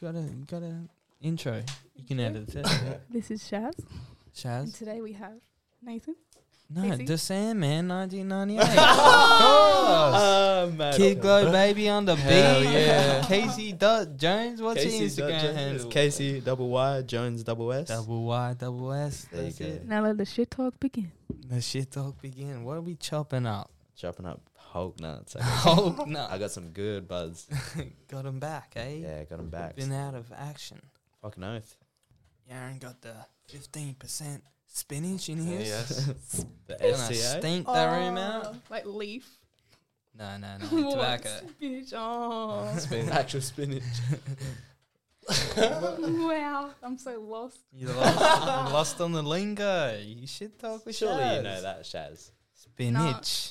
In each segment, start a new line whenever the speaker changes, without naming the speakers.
Got a got a intro. You can edit it.
This is Shaz, and
Shaz.
today we have Nathan.
No,
Casey?
the Sandman, 1998. of course. Kid Glow baby on the beat.
Hell yeah.
Casey Dut Jones. What's your Instagram handle?
Casey double Y Jones double S.
Double Y, double S.
There you
That's
go.
it.
Now let the shit talk begin.
The shit talk begin. What are we chopping up?
Chopping up Hulk nuts.
Hulk
I
nuts.
got some good buzz.
Got him back, eh?
Yeah, got him back.
Been out of action.
Fucking oath.
Yaron got the 15% spinach in his.
the
Gonna
SCA.
stink that room out.
Oh, Like leaf.
No, no, no. Tobacco.
Spinach. Oh.
Actual spinach.
wow. I'm so lost.
You lost, you lost on the lingo. You should talk with
Surely
Shaz.
you know that, Shaz.
Spinach.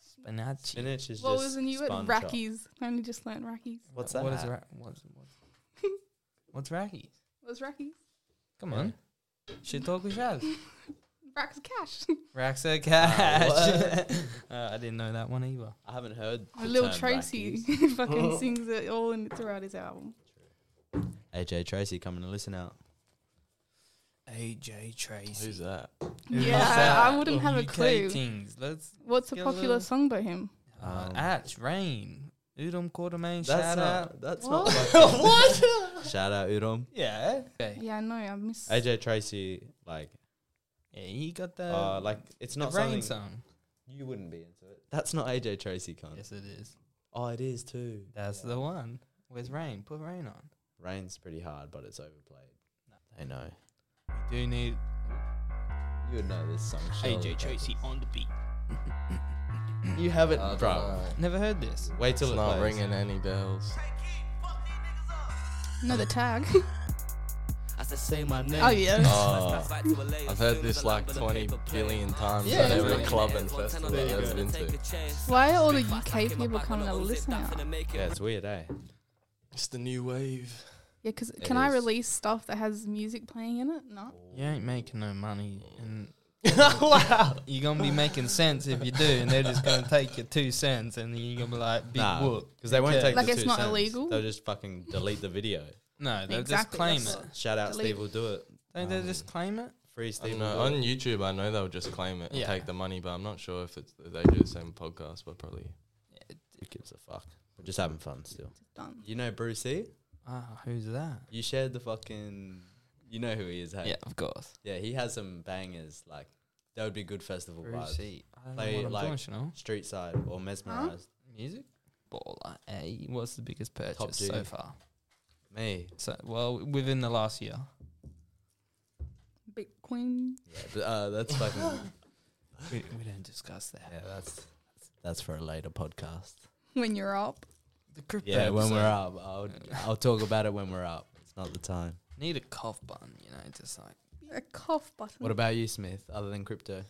Spinach.
Spinach is
What
just.
was the new word?
spun chop.
Rackies. I only just learned rackies.
What's that?
What is ra- what's, what's, what's Racky?
What's rackies?
Come on. Shit talk with Shaz.
Racks of cash.
Raxa Cash.
what?
Uh, I didn't know that one either.
I haven't heard.
My little
term
Tracy
rackies.
fucking sings it all in, throughout his album.
AJ Tracy coming to listen out.
AJ Tracy.
that?
Who's
Yeah,
that?
I wouldn't have a
UK
clue.
Kings. Let's
What's a
Get a
popular
little-
song by him?
uh,
Um,
Atch, Rain, Udom Quartermain,
That's
shout
not. That's not.
What?
Like what? Shout out Udom.
Yeah. Okay.
Yeah, I know. I miss.
AJ Tracy, like,
Yeah, he got the
uh, like it's
the
not
rain
something
song.
you wouldn't be into it. That's not AJ Tracy, cunt.
Yes, it is.
Oh, it is too.
That's the one. Where's rain? Put rain on.
Rain's pretty hard, but it's overplayed. I know.
We do need
You would know this song. surely,
AJ Tracy on the beat.
Kate. You haven't,
I don't
bro.
know.
Never heard this.
Uh, Wait till
It's
it
not
plays.
ringing any bells.
No, the tag.
Oh
oh yeah.
Oh, I've heard this like 20 billion times
Yeah,
at every
yeah.
club and festival that I've been to.
Why are all the UK people coming to listen out?
Yeah, it's weird, eh?
It's the new wave.
Yeah, because
It
can I
is.
release stuff that has music playing in it? No.
You ain't making no money, and
wow.
you're gonna be making sense if you do, and they're just gonna take your two cents, and then you're gonna be like, big
Nah,
whoop.
because they won't
Okay.
take
Like
the
it's
two
not
cents.
illegal?
They'll just fucking delete the video.
No, they'll just
Exactly,
claim
that's
it.
what-
Shout out
Delete.
Steve will do it.
Don't they
Um,
just claim it?
Free
I
Steve
don't know.
will
On
do it.
YouTube, I know they'll just claim it and
Yeah.
take the money, but I'm not sure if it's if they do the same podcast, but probably.
Who gives a fuck? We're just having fun still.
Done.
You know Brucey?
Ah, who's that?
You shared the fucking. You know who he is, hey?
of course.
Yeah, he has some bangers. Like that would be good festival
E.
vibes.
Brucey. I don't know
They,
what I'm
like,
doing, Chanel.
Street side or mesmerized.
Music? Baller. A. What's the biggest purchase
G.
so far?
Me.
So well, within the last year.
Bitcoin.
Yeah, but, uh, that's fucking.
We, we don't discuss that.
yeah, that's that's for a later podcast.
When you're up.
The crypto.
Yeah, when we're
episode.
up, I'll I'll talk about it when we're up. It's not the time.
Need a cough button, you know, just like
A cough button.
What about you, Smith? Other than crypto,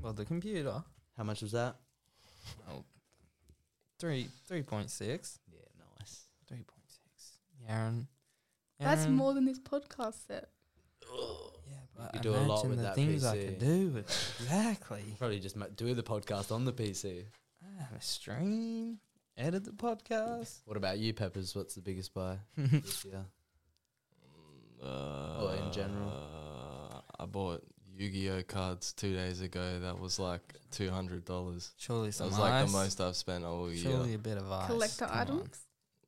well, the computer.
how much was that?
Well, three three point six.
Yeah, nice.
Three point six. Aaron.
That's
Aaron,
more than this podcast set.
Yeah, but
could do a lot
imagine
with
the
that
things I
PC.
could do. With exactly.
Probably just ma- do the podcast on the PC.
I have a stream. Edit the podcast.
What about you, Peppers? What's the biggest buy this year?
Uh,
Or in general.
Uh, I bought Yu Gi Oh cards two days ago. That was like $200.
Surely
That
some
was like
ice.
the most I've spent all year.
Surely a bit of ice.
Collector
Come on.
items.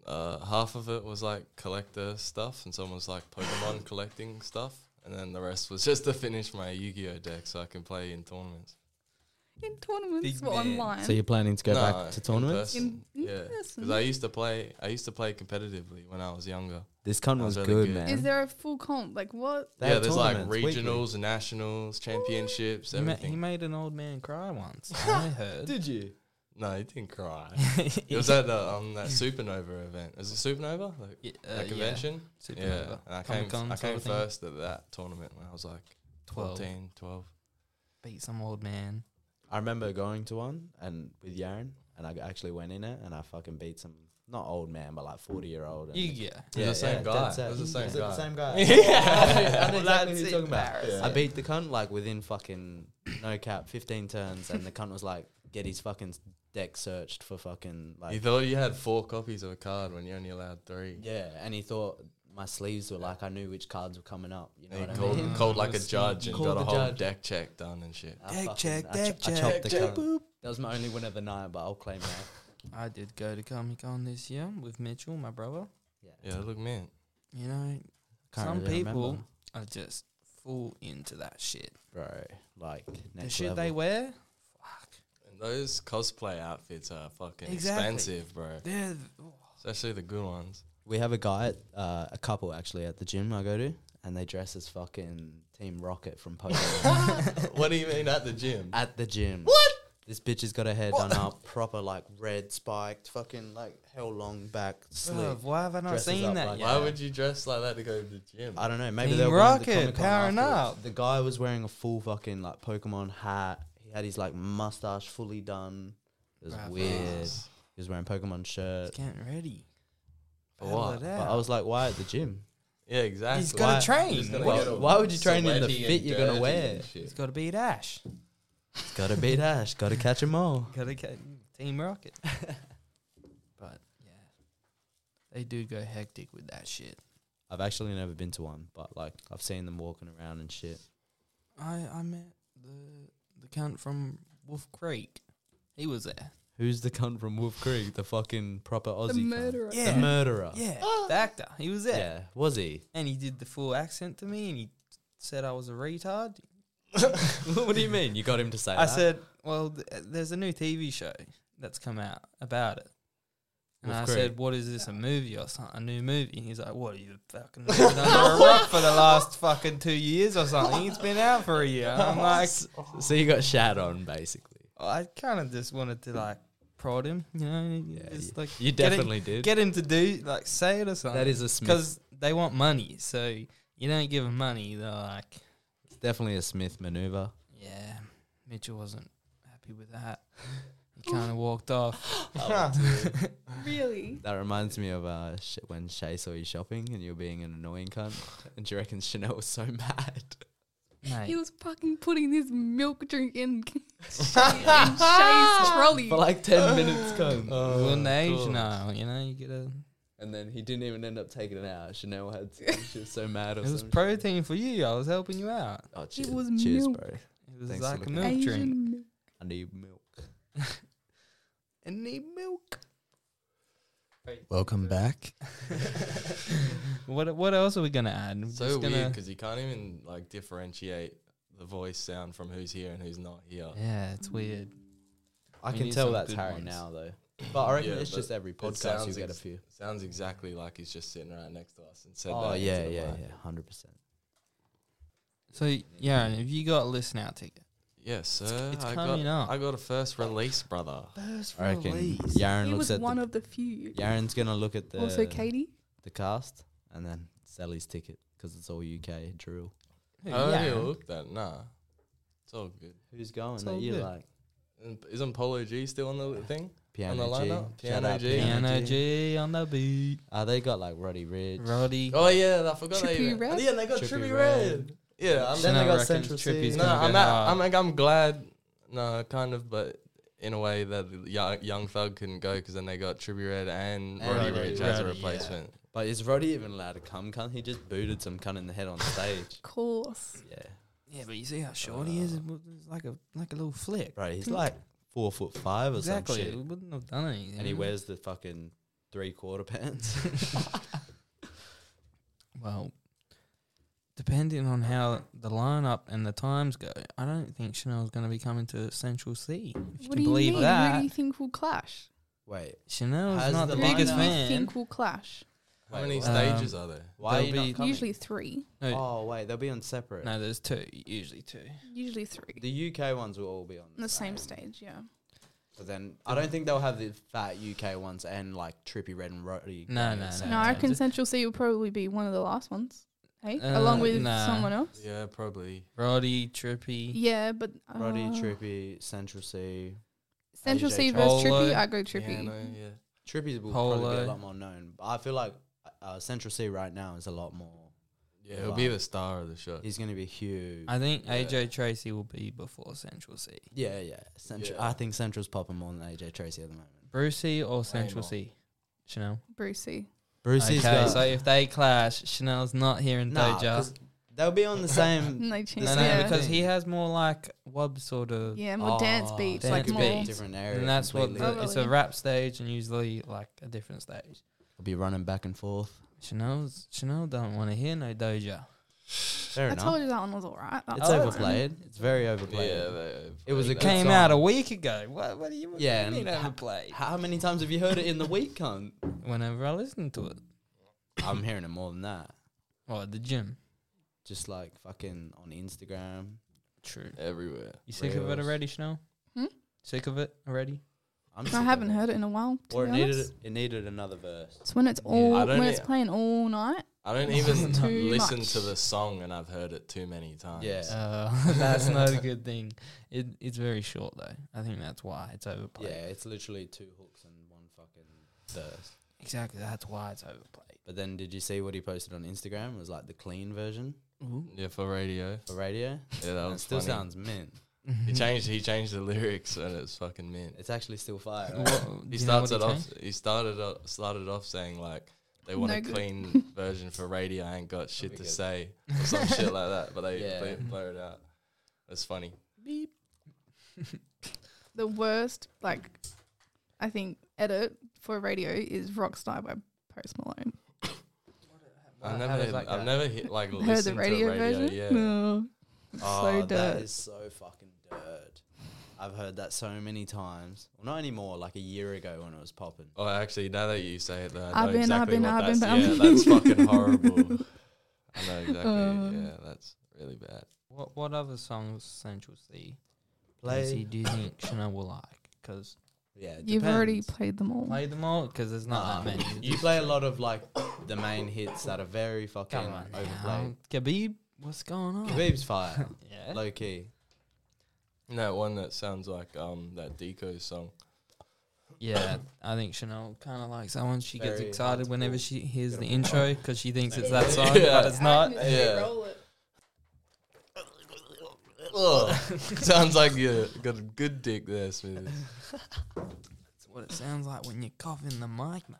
uh, half of it was like collector stuff, and someone was like Pokemon collecting stuff, and then the rest was just to finish my Yu Gi Oh deck so I can play in tournaments.
In tournaments
Big
or
man.
online.
So you're planning to go
No,
back to
in
tournaments?
person,
In- in
yeah,
person.
because I used to play. I used to play competitively when I was younger.
This con
That
was
was
good,
really good.
man.
Is there a full comp? Like what?
They
yeah,
have
there's like
tournaments weekly.
regionals, and nationals, championships,
He, ma- he
everything.
made an old man cry once. I heard.
Did you?
no, he didn't cry. it was at the um that supernova event. Is it supernova? Like,
Yeah,
that
uh, yeah.
convention? Yeah.
Supernova.
And I came,
Comic-Con
I
sort
came
of thing.
first at that tournament when I was like
12.
14, 12.
Beat some old man.
I remember going to one and with Yaron, and I actually went in it and I fucking beat some not old man, but like forty year old. and-
You yeah.
It was the same guy.
dead set.
It was the same
Is it
guy.
guy?
Yeah.
I know exactly who you're talking about.
embarrassing.
I beat the cunt like within fucking no cap, fifteen turns, and the cunt was like, get his fucking deck searched for fucking
you
like
thought you had four copies of a card when you're only allowed three.
yeah, and he thought my sleeves were like I knew which cards were coming up. You know
And
what
he
I
called,
mean?
called like a
Honestly.
judge and
Called
got a
the
whole
judge.
deck check done and shit.
I
Deck
fucking-
check,
I
deck
cho- I
check.
chopped the
Deck check,
cunt. That was my only win of the night, but I'll claim that.
I did go to Comic Con this year with Mitchell, my brother.
Yeah, that looked mint.
You know,
Can't
some
really
people
remember.
are just full into that shit.
bro, like
the
next
shit
level.
they wear,
And those cosplay outfits are fucking
Exactly.
expensive, bro.
they're oh,
Especially the good ones.
We have a guy, at, uh, a couple actually, at the gym I go to, and they dress as fucking Team Rocket from Pokemon
what do you mean at the gym?
at the gym. What? This bitch has got her hair done up, proper like red spiked, fucking like hell long back slick.
bruv, why have I not
Dresses
seen
up
that
like
yet?
Why
Yeah.
would you dress like that to go to the gym?
I don't know. Maybe
Team
they were going to
Rocket,
Comic-Con
powering
afterwards.
up.
The guy was wearing a full fucking like Pokemon hat. He had his like mustache fully done. It was
Bruv,
weird.
Jesus.
He was wearing Pokemon shirt.
He's getting ready.
For
Battle
what?
it
But
out.
I was like, why at the gym?
Yeah, exactly.
He's gotta
Why-
train.
Just gotta
Why-
get all
why would you train in the
sweaty
fit
and
you're gonna
dirty
wear?
and shit.
He's got to beat Ash.
gotta beat Ash. Gotta catch 'em all.
Got to get Team Rocket. but yeah, they do go hectic with that shit.
I've actually never been to one, but like I've seen them walking around and shit.
I I met the the cunt from Wolf Creek. He was there.
Who's the cunt from Wolf Creek? The fucking proper Aussie.
the
cunt?
murderer.
Yeah.
The murderer.
Yeah, the actor. He was there,
Oh. Yeah, Was he?
and he did the full accent to me, and he said I was a retard.
what do you mean? You got him to say
I
that?
said, "Well, th- there's a new TV show that's come out about it." And
Wolf
I
Creek.
said, "What is this? A movie or something? A new movie?" He's like, "What are you fucking living under a rock for the last fucking two years or something? It's been out for a year." And I'm like,
So you got shat on basically.
I kind of just wanted to like prod him, you know?
Yeah,
just,
you-
like
you
get it-
definitely did.
Get him to do like say it or something.
that is a Smith.
because they want money, so you don't give them money. They're like,
It's definitely a Smith maneuver.
"Yeah, Mitchell wasn't happy with that." He kind of walked off.
Really?
That reminds me of uh, sh- when Shay saw you shopping and you were being an annoying cunt, and she reckons Chanel was so mad.
Mate,
He was fucking putting this milk drink in, in Shay's trolley.
For like ten minutes, cunt.
Well, an age now, you know, you get a.
And then he didn't even end up taking it out. Chanel had to, she was so mad.
It
Or
was
some shit.
protein for you. I was helping you out.
Oh, cheers,
was
cheers,
milk.
bro.
It was
Thanks for
like a
looking.
milk
Asian
drink.
milk.
I need milk.
And need milk.
Welcome back.
What What else are we gonna add? We're
so
just
weird
gonna,
'cause weird because you can't even like differentiate the voice sound from who's here and who's not here.
Yeah, it's weird.
I
We
can
need
tell
some
that's
good
Harry
ones.
now, though. But I reckon
Yeah,
it's
but
just every podcast
sounds
you get a
ex-
few.
Sounds exactly like he's just sitting right next to us and said
Oh
that. into
yeah,
the
yeah,
mic.
yeah, hundred percent.
So, Yaron, have you got a listen out ticket?
Yes, sir.
it's
I
coming
got,
up.
I got a first release, brother.
First
I reckon Yaron
He
looks
was
at
one
the,
of the few.
Yaron's gonna look at the
also, Katie.
the cast and then sell his ticket because it's all UK drill.
I
Oh,
already looked at nah. It's all good.
Who's going
It's
that
all
you
good.
like?
And isn't Polo G still on the li- thing?
Piano
the
G.
lineup?
Shout out
Piano G.
Piano G on the beat.
Uh, they got like Roddy Rich.
Roddy.
Oh yeah, I forgot
Trippie
they. even-
Redd?
Yeah, they got
Trippie
Trippy,
Redd.
Red. Yeah, I'm,
Then they got
reckons
Central
Trippy's
C.
no,
gonna go
I'm, at,
hard.
I'm like I'm glad. No, kind of, but in a way that the young, young Thug couldn't go because then they got Trippy Red and,
And
Roddy
Roddy
Rich as
Ricch,
a
yeah.
replacement.
But is Roddy even allowed to come? Cunt, he just booted some cunt in the head on stage.
Of course.
yeah,
yeah, but you see how short he is. It was like a like a little flick.
right. He's like four foot five or
Exactly.
some shit,
We wouldn't have done anything.
and he wears the fucking three quarter pants.
Well, depending on how the lineup and the times go, I don't think Chanel's going to be coming to Central C. If you
What
can
do you
believe
mean? Who
that,
do you think will clash?
Wait,
Chanel's
Has
not
the
the,
Who do you
biggest
lineup-
fan.
think will clash?
How
Wait,
many
what?
stages are there?
why are
They'll
you
be-
not coming?
Usually three.
No,
Oh wait, they'll be on separate.
no, there's two usually two.
Usually three.
The UK ones will all be on
On the same stage, yeah.
But then I don't think they'll have the fat UK ones and like trippy red and rotty.
No,
going
no,
at the
no,
same
No, I
time.
reckon Central C will probably be one of the last ones. Hey,
Uh,
along with
nah.
someone else.
Yeah, probably.
Roddy, Trippy,
Yeah, but uh,
Rotty, trippy, Central C.
Central
AJ
C versus
Polo.
Trippy. I go Trippy.
Piano, yeah.
Trippy will probably be
Polo.
a lot more known. But I feel like uh, Central C right now is a lot more.
Yeah, he'll be
Wow.
the star of the show.
He's going to be huge.
I think
Yeah.
AJ Tracy will be before Central C.
yeah, yeah. Central.
Yeah.
I think Central's popping more than AJ Tracy at the moment.
Brucey or Central
not?
C? Chanel.
Brucey.
Brucey's
Okay,
got
so if they clash, Chanel's not here in
nah,
Doja.
'cause they'll be on the same.
And they change.
No, no,
yeah.
because he has more like wob sort of,
yeah, more dance
Oh,
beats,
dance
like
beats.
more.
different area.
and that's what
completely.
the, it's a rap stage and usually like a different stage.
I'll be running back and forth.
Chanel's Chanel don't want to hear no Doja.
Fair
I
enough.
told you that one was alright. That
It's
was-
overplayed. It's very
Yeah,
overplayed.
they,
It was a
they-
good
Came
song.
out a week ago. What? What do you? What
Yeah,
yeah, do you
and
mean
ha-
overplayed?
How many times have you heard it in the week, cunt?
Whenever I listen to it,
I'm hearing it more than that.
or at the gym.
Just like fucking on Instagram.
True.
everywhere.
You sick of it
Reels.
already, Chanel?
Hmm?
Sick of it already?
I'm
I haven't heard it in a while. To
Or it
be
needed
honest.
it needed another verse.
It's when it's
Yeah.
all
I don't
when it's
e-
playing all night.
I don't even
Too
listen
much.
to the song, and I've heard it too many times.
Yeah.
Uh, that's not a good thing. It, it's very short though. I think that's why it's
Yeah,
overplayed.
it's literally two hooks and one fucking verse.
Exactly. That's why it's overplayed.
But then did you see what he posted on Instagram? It was like the clean version
Yeah, for radio.
for radio.
Yeah, that
And it
was
still
funny.
sounds mint.
He changed. He changed the lyrics, and it's fucking mint.
It's actually still fire.
Wha-
right?
do
He
you know
starts
what
it off.
changed?
He started off, started off saying like they
No
want a
good.
clean version for radio. I ain't got shit
be
to
good.
say or some shit like that. But they
Yeah.
play, blur it out. It's funny.
The worst, like, I think edit for radio is "Rockstar" by Post Malone.
How
I've never,
does that
I've
go?
never hit like
Heard the
listened
radio,
to radio.
version?
Yeah,
No.
Oh,
so
that
dirt.
is so fucking dirt. I've heard that so many times. Well, not anymore. Like a year ago when it was popping.
Oh, actually, now that you say it, though, I
I've
know
been, I've
exactly
been,
what
I've been,
that's.
but
yeah,
I'm-
that's fucking horrible. I know exactly.
Um.
yeah, that's really bad.
What what other songs Central C
Play.
Play. do you think Chanel will like? Because
Yeah, it
You've already
depends.
played them all.
play them all because there's not that
Nah,
many.
You play a lot of like the main hits that are very fucking
Come on,
overplayed.
now. Khabib, what's going on?
Khabib's fire,
Yeah.
low key.
You know, one that sounds like um that Deco song.
Yeah, I think Chanel kind of likes that one. She gets
Very
excited
hard
whenever
to-
she hears the
gotta-
intro because she thinks it's that
Yeah.
song,
Yeah.
but it's not.
Yeah. Ugh. sounds like you got a good dick there, Smith.
It's what it sounds like when you cough in the mic, mate.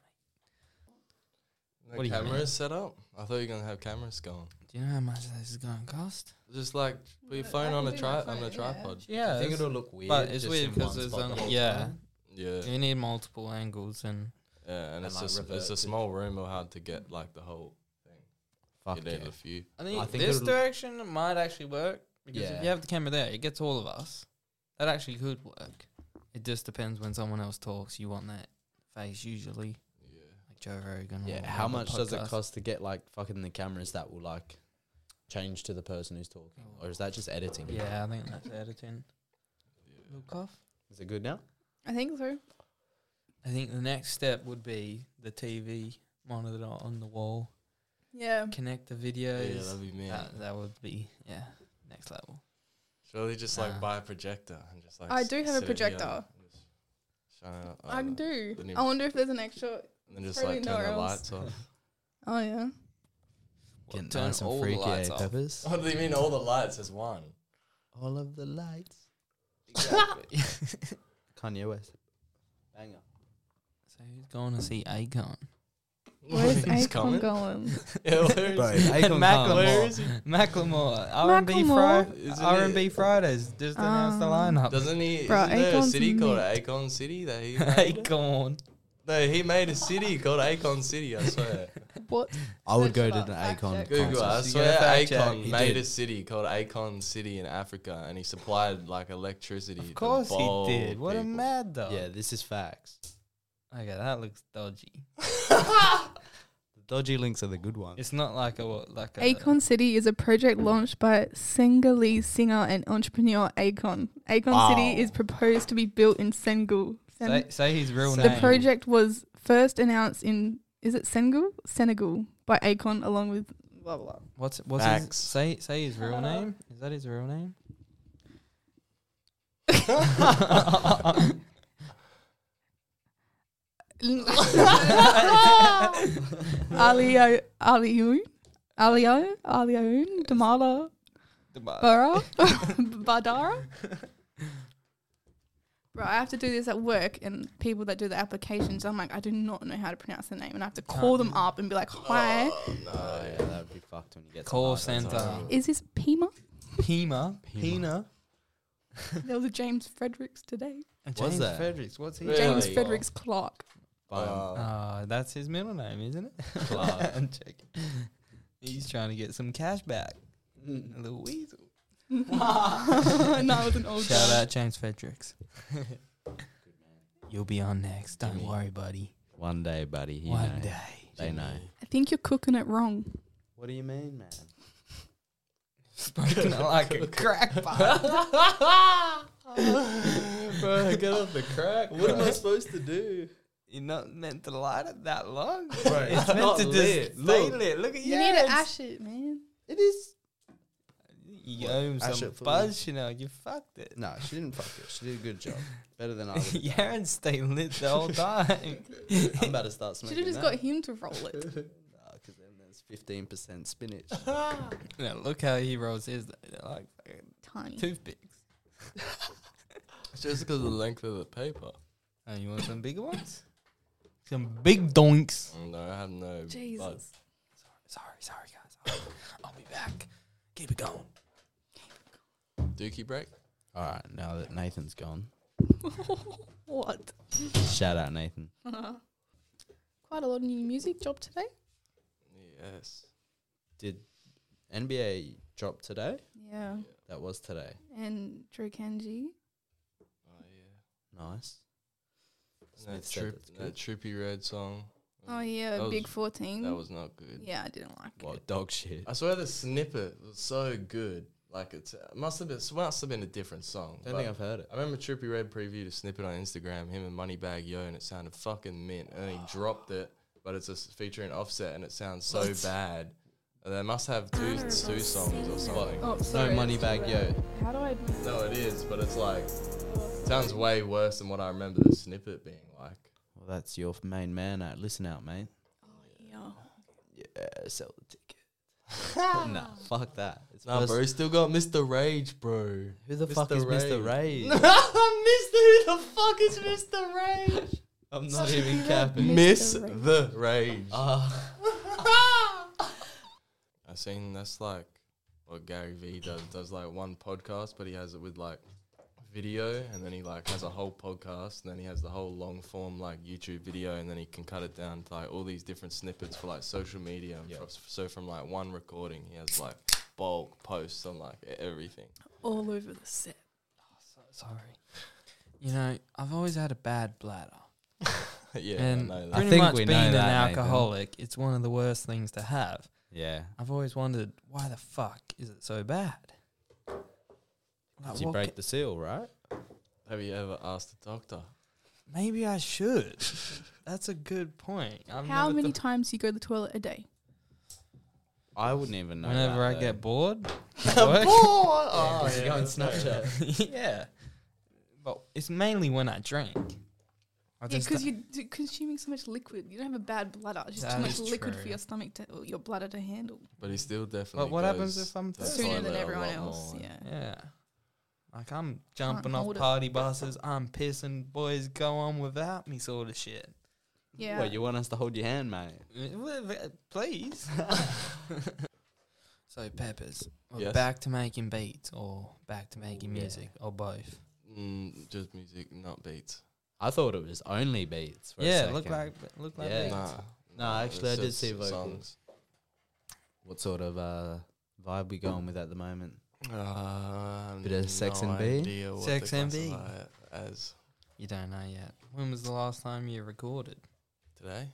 The
What do you
camera's
mean?
set up. I thought you were gonna have cameras going.
Do you know how much this is going to cost?
Just like put your
No,
phone
I
on a
can do my
tri- on
phone,
a
yeah.
tripod.
Yeah,
I think it'll look weird.
but it's
just
weird
in one
because there's
spot the
only
whole
yeah.
time.
Yeah, yeah,
You need multiple angles and
and,
And,
it's
like,
just it's a
reverse it.
small room. It'll hard to get like the whole.
Fuck
You
yeah.
need a few.
I
think
think,
I think
this
it'll-
direction might actually work because if
Yeah.
you have the camera there, it gets all of us. That actually could work. It just depends when someone else talks. You want that face usually,
Yeah,
like Joe Rogan. or
Yeah, how
another
much does it
podcast.
cost to get like fucking the cameras that will like change to the person who's talking, or is that just editing?
Yeah, I think that's editing.
yeah.
Little cough.
is it good now?
I think so.
I think the next step would be the TV monitor on the wall,
Yeah.
connect the
Yeah,
videos.
that'd be me.
that, that would be yeah, next level.
Surely just
Nah.
like buy a projector and just like.
I
s-
do have a
sit it here and
projector.
just Shine it up.
I
don't know.
do.
Uh, the new-
I wonder if there's an extra.
And then just
Probably
like turn the
nowhere else.
lights off.
Oh yeah.
Well, turn all the lights off.
eh, peppers.
what do you mean all the lights is one?
All of the lights. Kanye West. Banger.
So who's going to see Akon?
Where's
He's
Akon going?
Yeah, where is
Bro,
he?
Akon come.
Macklemore.
Where is he?
Macklemore, R and B
Macklemore?
Friday,
Isn't
R and B
it-
Fridays just announced the
Um,
lineup.
Doesn't he?
Bro,
isn't there a
Akon's
city called Akon City? That he made?
Akon.
no, he made a city called Akon City. I swear.
What?
I would go
Search
to
for
an
fact
Akon
check.
Google.
concert.
I
You
swear,
gotta fact check.
Akon
He
made
did.
a city called Akon City in Africa, and he supplied like electricity.
Of course
to
he
bold
did. What a
people.
mad dog.
Yeah, this is facts.
Okay, that looks dodgy.
The dodgy links are the good ones.
It's not like a what like a
Akon City is a project launched by Senegalese singer and entrepreneur Akon. Akon City is proposed to be built in Senegal. Sen-
Say, say his real
The
the
name.
project was first announced in is it Senegal? Senegal by Akon along with blah blah. blah.
What's what's his,
Facts.
say say his real name? Is that his real name?
Alio Alioun Alio Alioun Damala Bara Badara Bro, I have to do this at work, and people that do the applications, I'm like, I do not know how to pronounce the name, and I have to call them up and be like, "Hi,
Oh, yeah, that would be fucked when you get to
Call
Ireland.
centre.
Oh.
is this Pima?"
Pima. Pima.
Pima.
there was a James Fredericks today.
And
What's
James
that?
Fredericks. What's he?
Really?
James
Oh.
Fredericks Clark.
Boom.
Uh, that's his middle name, isn't it?
Clark.
I'm joking. He's trying to get some cash back.
Uh,
Little weasel.
no, it was an old
Shout
joke.
out James Fredericks. You'll be on next. Don't
Gimme.
worry, buddy.
One day, buddy. You
One
know.
day.
They know.
I think you're cooking it wrong.
What do you mean, man?
Spoken like a crackpot.
Bro, get off the crack.
What am I
supposed to do?
You're not meant to light it that long.
Right.
It's meant
Not
to just
lit.
stay
Look.
lit. Look at
You
yeah,
need to
it's-
ash it, man.
It is.
You owe him
Ash
some
it for
buzz, Chanel. You fucked it.
No, she didn't fuck it. She did a good job. Better than I would.
Yaron stayed lit the whole time.
I'm about to start
Should
smoking.
have just got him to roll it.
Because then there's 15% spinach.
now look how he rolls his. They're like fucking
Tiny.
toothpicks.
It's just because of the length of the paper.
Oh, you want some bigger ones? Some big donks.
No, I have no.
Jesus.
Sorry, sorry, guys. I'll, I'll be back. Keep it going.
Bud. Dookie break.
All right, now that Nathan's gone,
what?
shout out Nathan.
Quite a lot of new music job today.
Yes.
Did NBA drop today?
Yeah.
That was today.
And Drew Kenji.
Oh yeah.
Nice.
And
Smith
that,
said
troop,
that's
that
good.
trippy red song.
Oh yeah,
That was-
Big Fourteen.
That was not good.
yeah, I didn't like it.
What dog shit?
I swear the snippet was so good. Like it's, it must have been must have been a different song.
Don't
but
think I've heard it.
I remember Trippy Red previewed a snippet on Instagram, him and Moneybag Yo, and it sounded fucking mint. And then he dropped it, but it's a s- featuring Offset, and it sounds so
What?
bad. And they must have two two songs or something.
Oh,
No
sorry.
money bag, yo.
How do I?
No, it is, but it's like sounds way worse than what I remember the snippet being like.
Well, that's your main man. Out. Listen out, mate.
Oh yeah.
Yeah, sell the ticket. nah, fuck that. It's
Nah,
worse-
bro, still got Mr. Rage, bro.
Who the fuck is Mr. Ray?
Mr. Who the fuck is Mr. Rage?
I'm not even capping.
Miss
Mr. Rage.
the Rage.
Ah,
I seen that's like what Gary Vee does does like one podcast, but he has it with like video, and then he like has a whole podcast, and then he has the whole long form like YouTube video, and then he can cut it down to like all these different snippets for like social media. and
Yeah.
fro- So from like one recording, he has like bulk posts on like e- everything.
All over the set.
Sorry. You know, I've always had a bad bladder.
yeah,
and
I know that.
pretty
think
much
we
being
know
an
that, Nathan.
alcoholic, it's one of the worst things to have.
yeah.
I've always wondered why the fuck is it so bad? Like,
Did you
what
break
ca-
the seal, right?
Have you ever asked a doctor?
maybe I should. That's a good point. I've
How
never
many
thought-
times do you go to the toilet a day?
I wouldn't even know.
Whenever
that,
I
though.
get bored,
Bored? Oh,
Because you go on Snapchat.
yeah. But it's mainly when I drink. I
Yeah,
just-
because you're d- consuming so much liquid. You don't have a bad bladder. It's just
That
too much
is
liquid
true.
for your stomach to or your bladder to handle.
But he still definitely.
But what happens
goes
if I'm
to the
That's
Sooner
toilet
than
a
everyone
lot
else.
more.
Yeah.
Yeah. Like I'm jumping off
hold it.
party buses, I'm pissing, boys go on without me sort of shit.
Yeah.
What, you want us to hold your hand, mate?
Please. so peppers. We're
Yes.
Back to making beats or back to making
Yeah.
music or both.
Mm, just music, not beats.
I thought it was only beats. For
yeah,
a
look
second.
like look like
Yeah.
beats.
Nah,
No, actually, I
it's
did
just
see vocals.
songs.
What sort of uh, vibe we going with at the moment?
Uh,
Bit of Sex and B?
Sex and B.
As
You don't know yet. When was the last time you recorded?
today,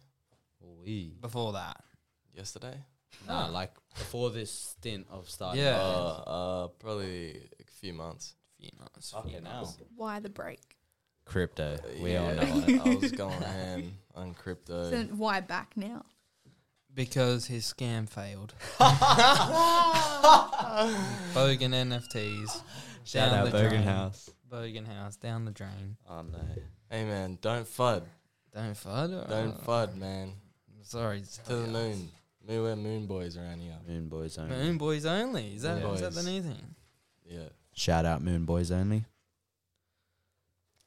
We
Before that.
yesterday,
nah, like before this stint of starting.
Yeah.
uh, uh, probably a few months.
Few months.
Fucking
few
hell.
months.
Why the break?
crypto. We all
Yeah,
know it.
I was going ham on crypto.
Then why back now?
Because his scam failed. Bogan NFTs.
Shout
down
out
the drain.
Bergen House.
Bogan House down the drain.
Oh no.
hey man, don't fud,
Don't fud.
don't
uh,
fud, man.
Sorry.
To the moon. We we're moon boys around here.
Moon Boys only.
Moon boys only. Is that is
Moon
that the
boys.
new thing?
Yeah.
Shout out Moon Boys only.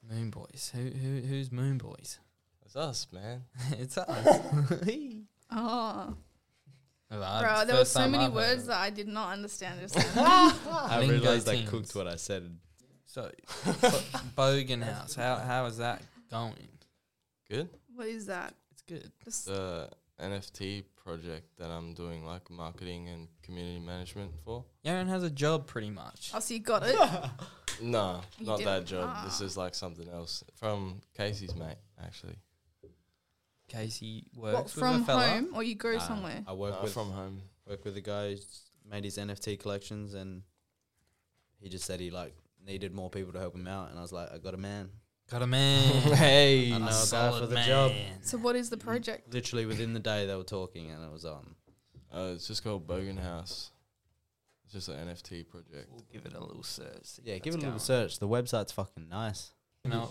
Moon Boys. Who, who who's Moon Boys?
It's us, man.
it's us.
Oh,
Well,
bro,
Uh, it's
there were
first
so
time
many
I've heard
words
of it.
that I did not understand. Just
I
Lingo
realized I
teams.
cooked what I said.
So, Bogan House. How how is that going?
Good.
what is that?
It's good.
Just
The NFT project that I'm doing like marketing and community management for.
Yaron has a job pretty much.
oh, so you got it.
Nah,
You
not that
didn't?
job. This
Ah.
is like something else from Casey's mate, actually.
Casey works
What
with
from
a fella.
home or you go
Uh,
somewhere?
I work
Nah,
with
from home.
work with a guy who's made his NFT collections, and he just said he like needed more people to help him out, and I was like, I got a man.
Got a man.
hey,
A
no guy for
solid
the job.
man.
So what is the project?
Literally within the day they were talking, and it was on.
Uh, it's just called Bogan House. It's just an NFT project.
We'll give it a little search. see
Yeah,
if
give it
it's
a
going.
little search. The website's fucking nice.
No,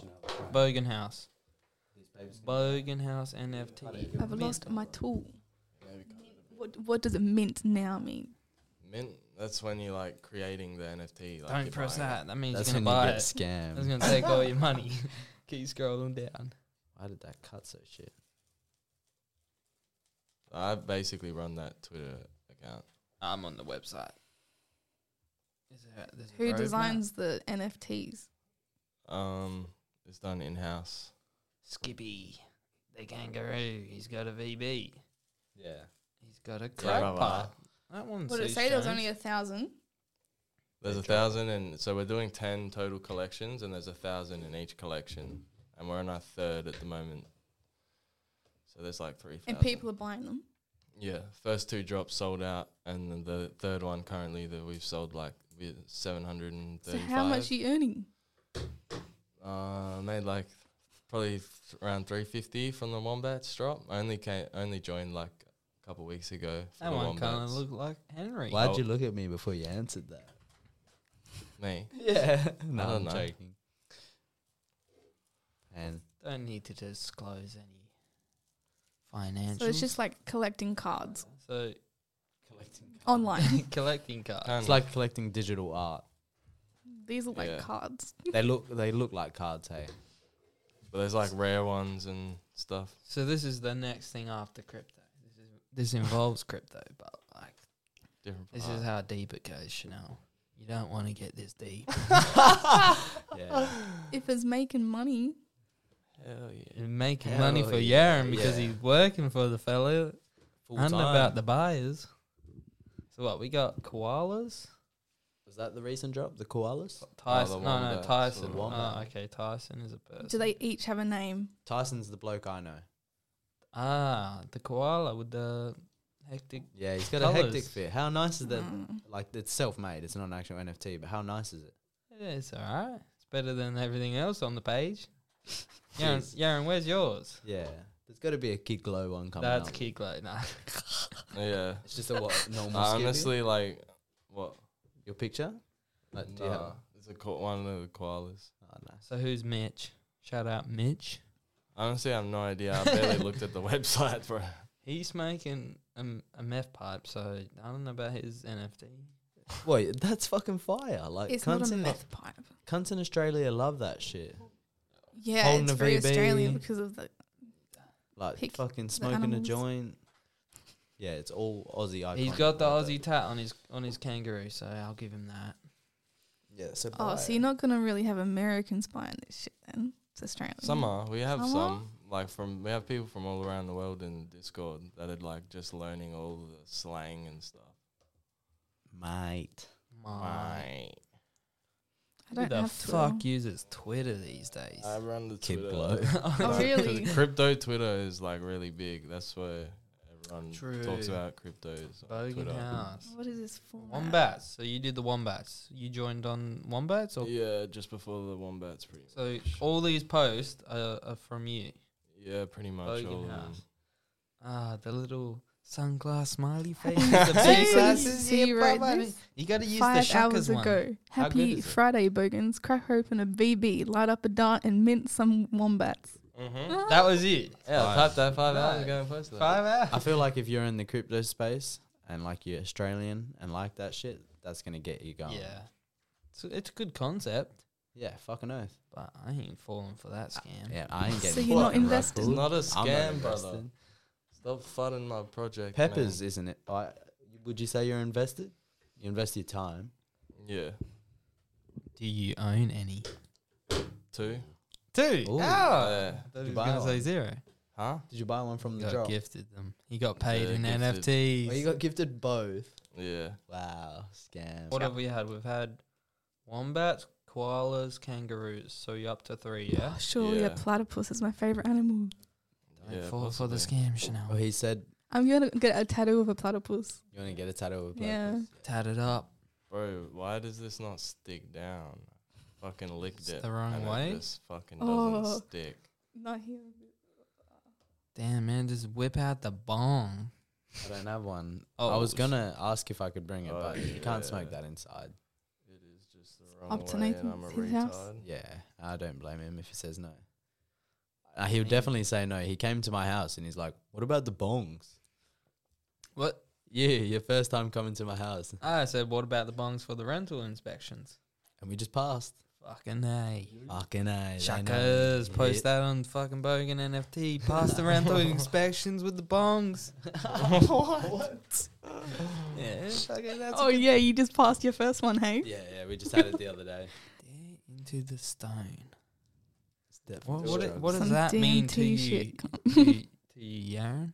Bogan House. Bogan House NFT.
I've lost my tool.
Maybe
What What does it mint now mean?
Mint. That's when you're like creating the NFT. Like
Don't
you're
press
buying it.
that. That means
That's
you're
when
gonna
you
buy
get
it. That's
scammed.
gonna take all your money. Keep scrolling down.
Why did that cut so shit?
I basically run that Twitter account.
I'm on the website. Is there, there's a
Who
roadmap?
designs the NFTs?
Um, it's done in house.
Skippy, the kangaroo. He's got a VB.
Yeah.
He's got a crack
Yeah,
pipe. That one's.
What did it say? There was only a thousand.
There's a thousand, and so we're doing ten total collections, and there's a thousand in each collection, and we're on our third at the moment. So there's like three.
And people are buying them.
Yeah, first two drops sold out, and then the third one currently that we've sold like we seven hundred and
So
thirty-five.
how much are you earning?
Uh, made like probably th- around three fifty from the wombats drop. I only came, only joined like a couple weeks ago. For
That
the
one kind of
wombats.
looked like Henry.
Why'd you look at me before you answered that?
me.
Yeah. no,
I don't
I'm
know.
joking. And
Don't need to disclose any financials.
So it's just like collecting cards
so
online.
collecting cards.
Kind
it's
of.
like collecting digital art.
These are like
Yeah.
cards.
They look they look like cards, hey.
but there's like rare ones and stuff.
So this is the next thing after crypto. This is this involves crypto, but like
Different.
this is
parts.
how deep it goes, Chanel. You don't want to get this deep.
Yeah.
If it's making money,
Hell yeah.
You're making
Hell
money for
yeah,
Yaron because
yeah.
he's working for the fella
Full
and
time.
about the buyers. So what we got? Koalas,
Was that the recent drop? The koalas?
Tyson. no, no,
wombat,
Tyson.
the
Oh,
wombat.
okay, Tyson is a person.
do they each have a name?
Tyson's the bloke I know.
Ah, the koala with the hectic.
Yeah, he's got a hectic
Colours.
fit. How nice is that?
Mm.
Like it's self made, it's not an actual NFT, but how nice is it?
Yeah, it's all right. It's better than everything else on the page. Yaron,
Jeez.
Yaron, where's yours?
Yeah. There's gotta be a kid glow one coming
That's
out.
Kiklo. Nah.
Yeah.
It's just a what normal
Nah,
Skippy?
honestly, like what?
your picture? Like, do you have
Nah, it's a ko- one of the koalas.
oh, nice.
So who's Mitch? Shout out Mitch.
Honestly, I have no idea. I barely looked at the website, bro.
He's making a, m- a meth pipe, so I don't know about his NFT.
Wait, that's fucking fire. Like
It's not
cunts,
a
in,
meth pipe.
cunts in Australia love that shit.
Yeah,
Holding
it's
a
very
VB.
Australian because of the.
Like
Pick
fucking smoking a
animals.
joint. Yeah, it's all Aussie icon.
He's got the Aussie tat on his on his kangaroo, so I'll give him that.
Yeah, so
Oh, so you're not gonna really have Americans buying this shit then? It's Australian.
Some are. We have
Some are?
some. Like from we have people from all around the world in Discord that are like just learning all the slang and stuff.
mate.
My,
Right.
I don't
the
have Twitter.
fuck uses Twitter these days.
I run the
Kid
Twitter.
blow.
Oh,
Like, 'cause
really?
Crypto Twitter is like really big. That's where everyone
True.
talks about cryptos. on
Bogan
Twitter.
House.
What is this for?
Wombats. So you did the wombats. You joined on wombats, or
Yeah, just before the wombats, pretty. Much.
so all these posts are, are from you.
Yeah, pretty much all.
Bogan
of them.
House. Ah, the little sunglass smiley face,
Hey,
the big glasses.
so
yeah,
you wrote
bro,
this
You got to use the
Five
shuckers
hours
one.
ago.
How good
Happy
is it?
Friday, Bogans. Crack open a VB, light up a dart, and mint some wombats.
That was it.
Yeah, I typed that Mm-hmm. five
Nice.
hours ago and posted that.
Five hours.
I feel like if you're in the crypto space and like you're Australian and like that shit, that's gonna get you going.
Yeah. So it's a good concept.
Yeah, fucking oath.
But I ain't falling for that scam.
Yeah, I ain't
So
getting.
you're not
fucking
invested?
It's
ruffled.
not a
I'm not
scam, brother.
invested.
Stop funding my project. man.
Peppers, isn't it? I, would you say you're invested? You invest your time.
Yeah.
Do you own any?
Two.
Two.
Ooh.
Ah.
Yeah.
I thought he
You
was
buy
gonna say
one.
zero.
Huh?
Did you buy one from
He
the
got
drop?
gifted them. He got paid
Yeah,
in
gifted.
NFTs.
Oh, you got gifted both.
Yeah.
Wow, scam.
what have we had? We've had wombats, koalas, kangaroos. So you're up to three, Oh, yeah.
Surely a
Yeah.
platypus is my favorite animal.
Don't
Yeah,
fall for
possibly.
the scam, Chanel.
Oh, he said
I'm gonna get a tattoo of a platypus.
you want to get a tattoo of a
Yeah.
platypus.
Tat it up.
Bro, why does this not stick down? Fucking licked
It's
it.
the wrong
and
way?
It just fucking
Oh.
doesn't stick.
Not here.
Damn man, just whip out the bong.
I don't have one.
Oh,
I was
sh-
gonna ask if I could bring it,
Oh,
but you can't smoke
yeah.
that inside.
It is just the wrong
up to
way, and I'm a
Nathan's his house.
retard.
Yeah, I don't blame him if he says no. Uh, he'll definitely say no. He came to my house and he's like, "What about the bongs?"
What?
Yeah, your first time coming to my house,
Ah, I said, what about the bongs for the rental inspections?
and we just passed.
Fucking A.
Fucking a
Shuckers, post that on fucking Bogan NFT. Pass the rental inspections with the bongs.
what?
Yeah, fucking that's
Oh yeah, you just passed your first one, hey?
Yeah, yeah, we just had it the other day.
Dare into the stone.
It's definitely
What, what,
drugs.
what does
Some
that mean to
DMT
you,
shit.
to, you- to you, Yaron?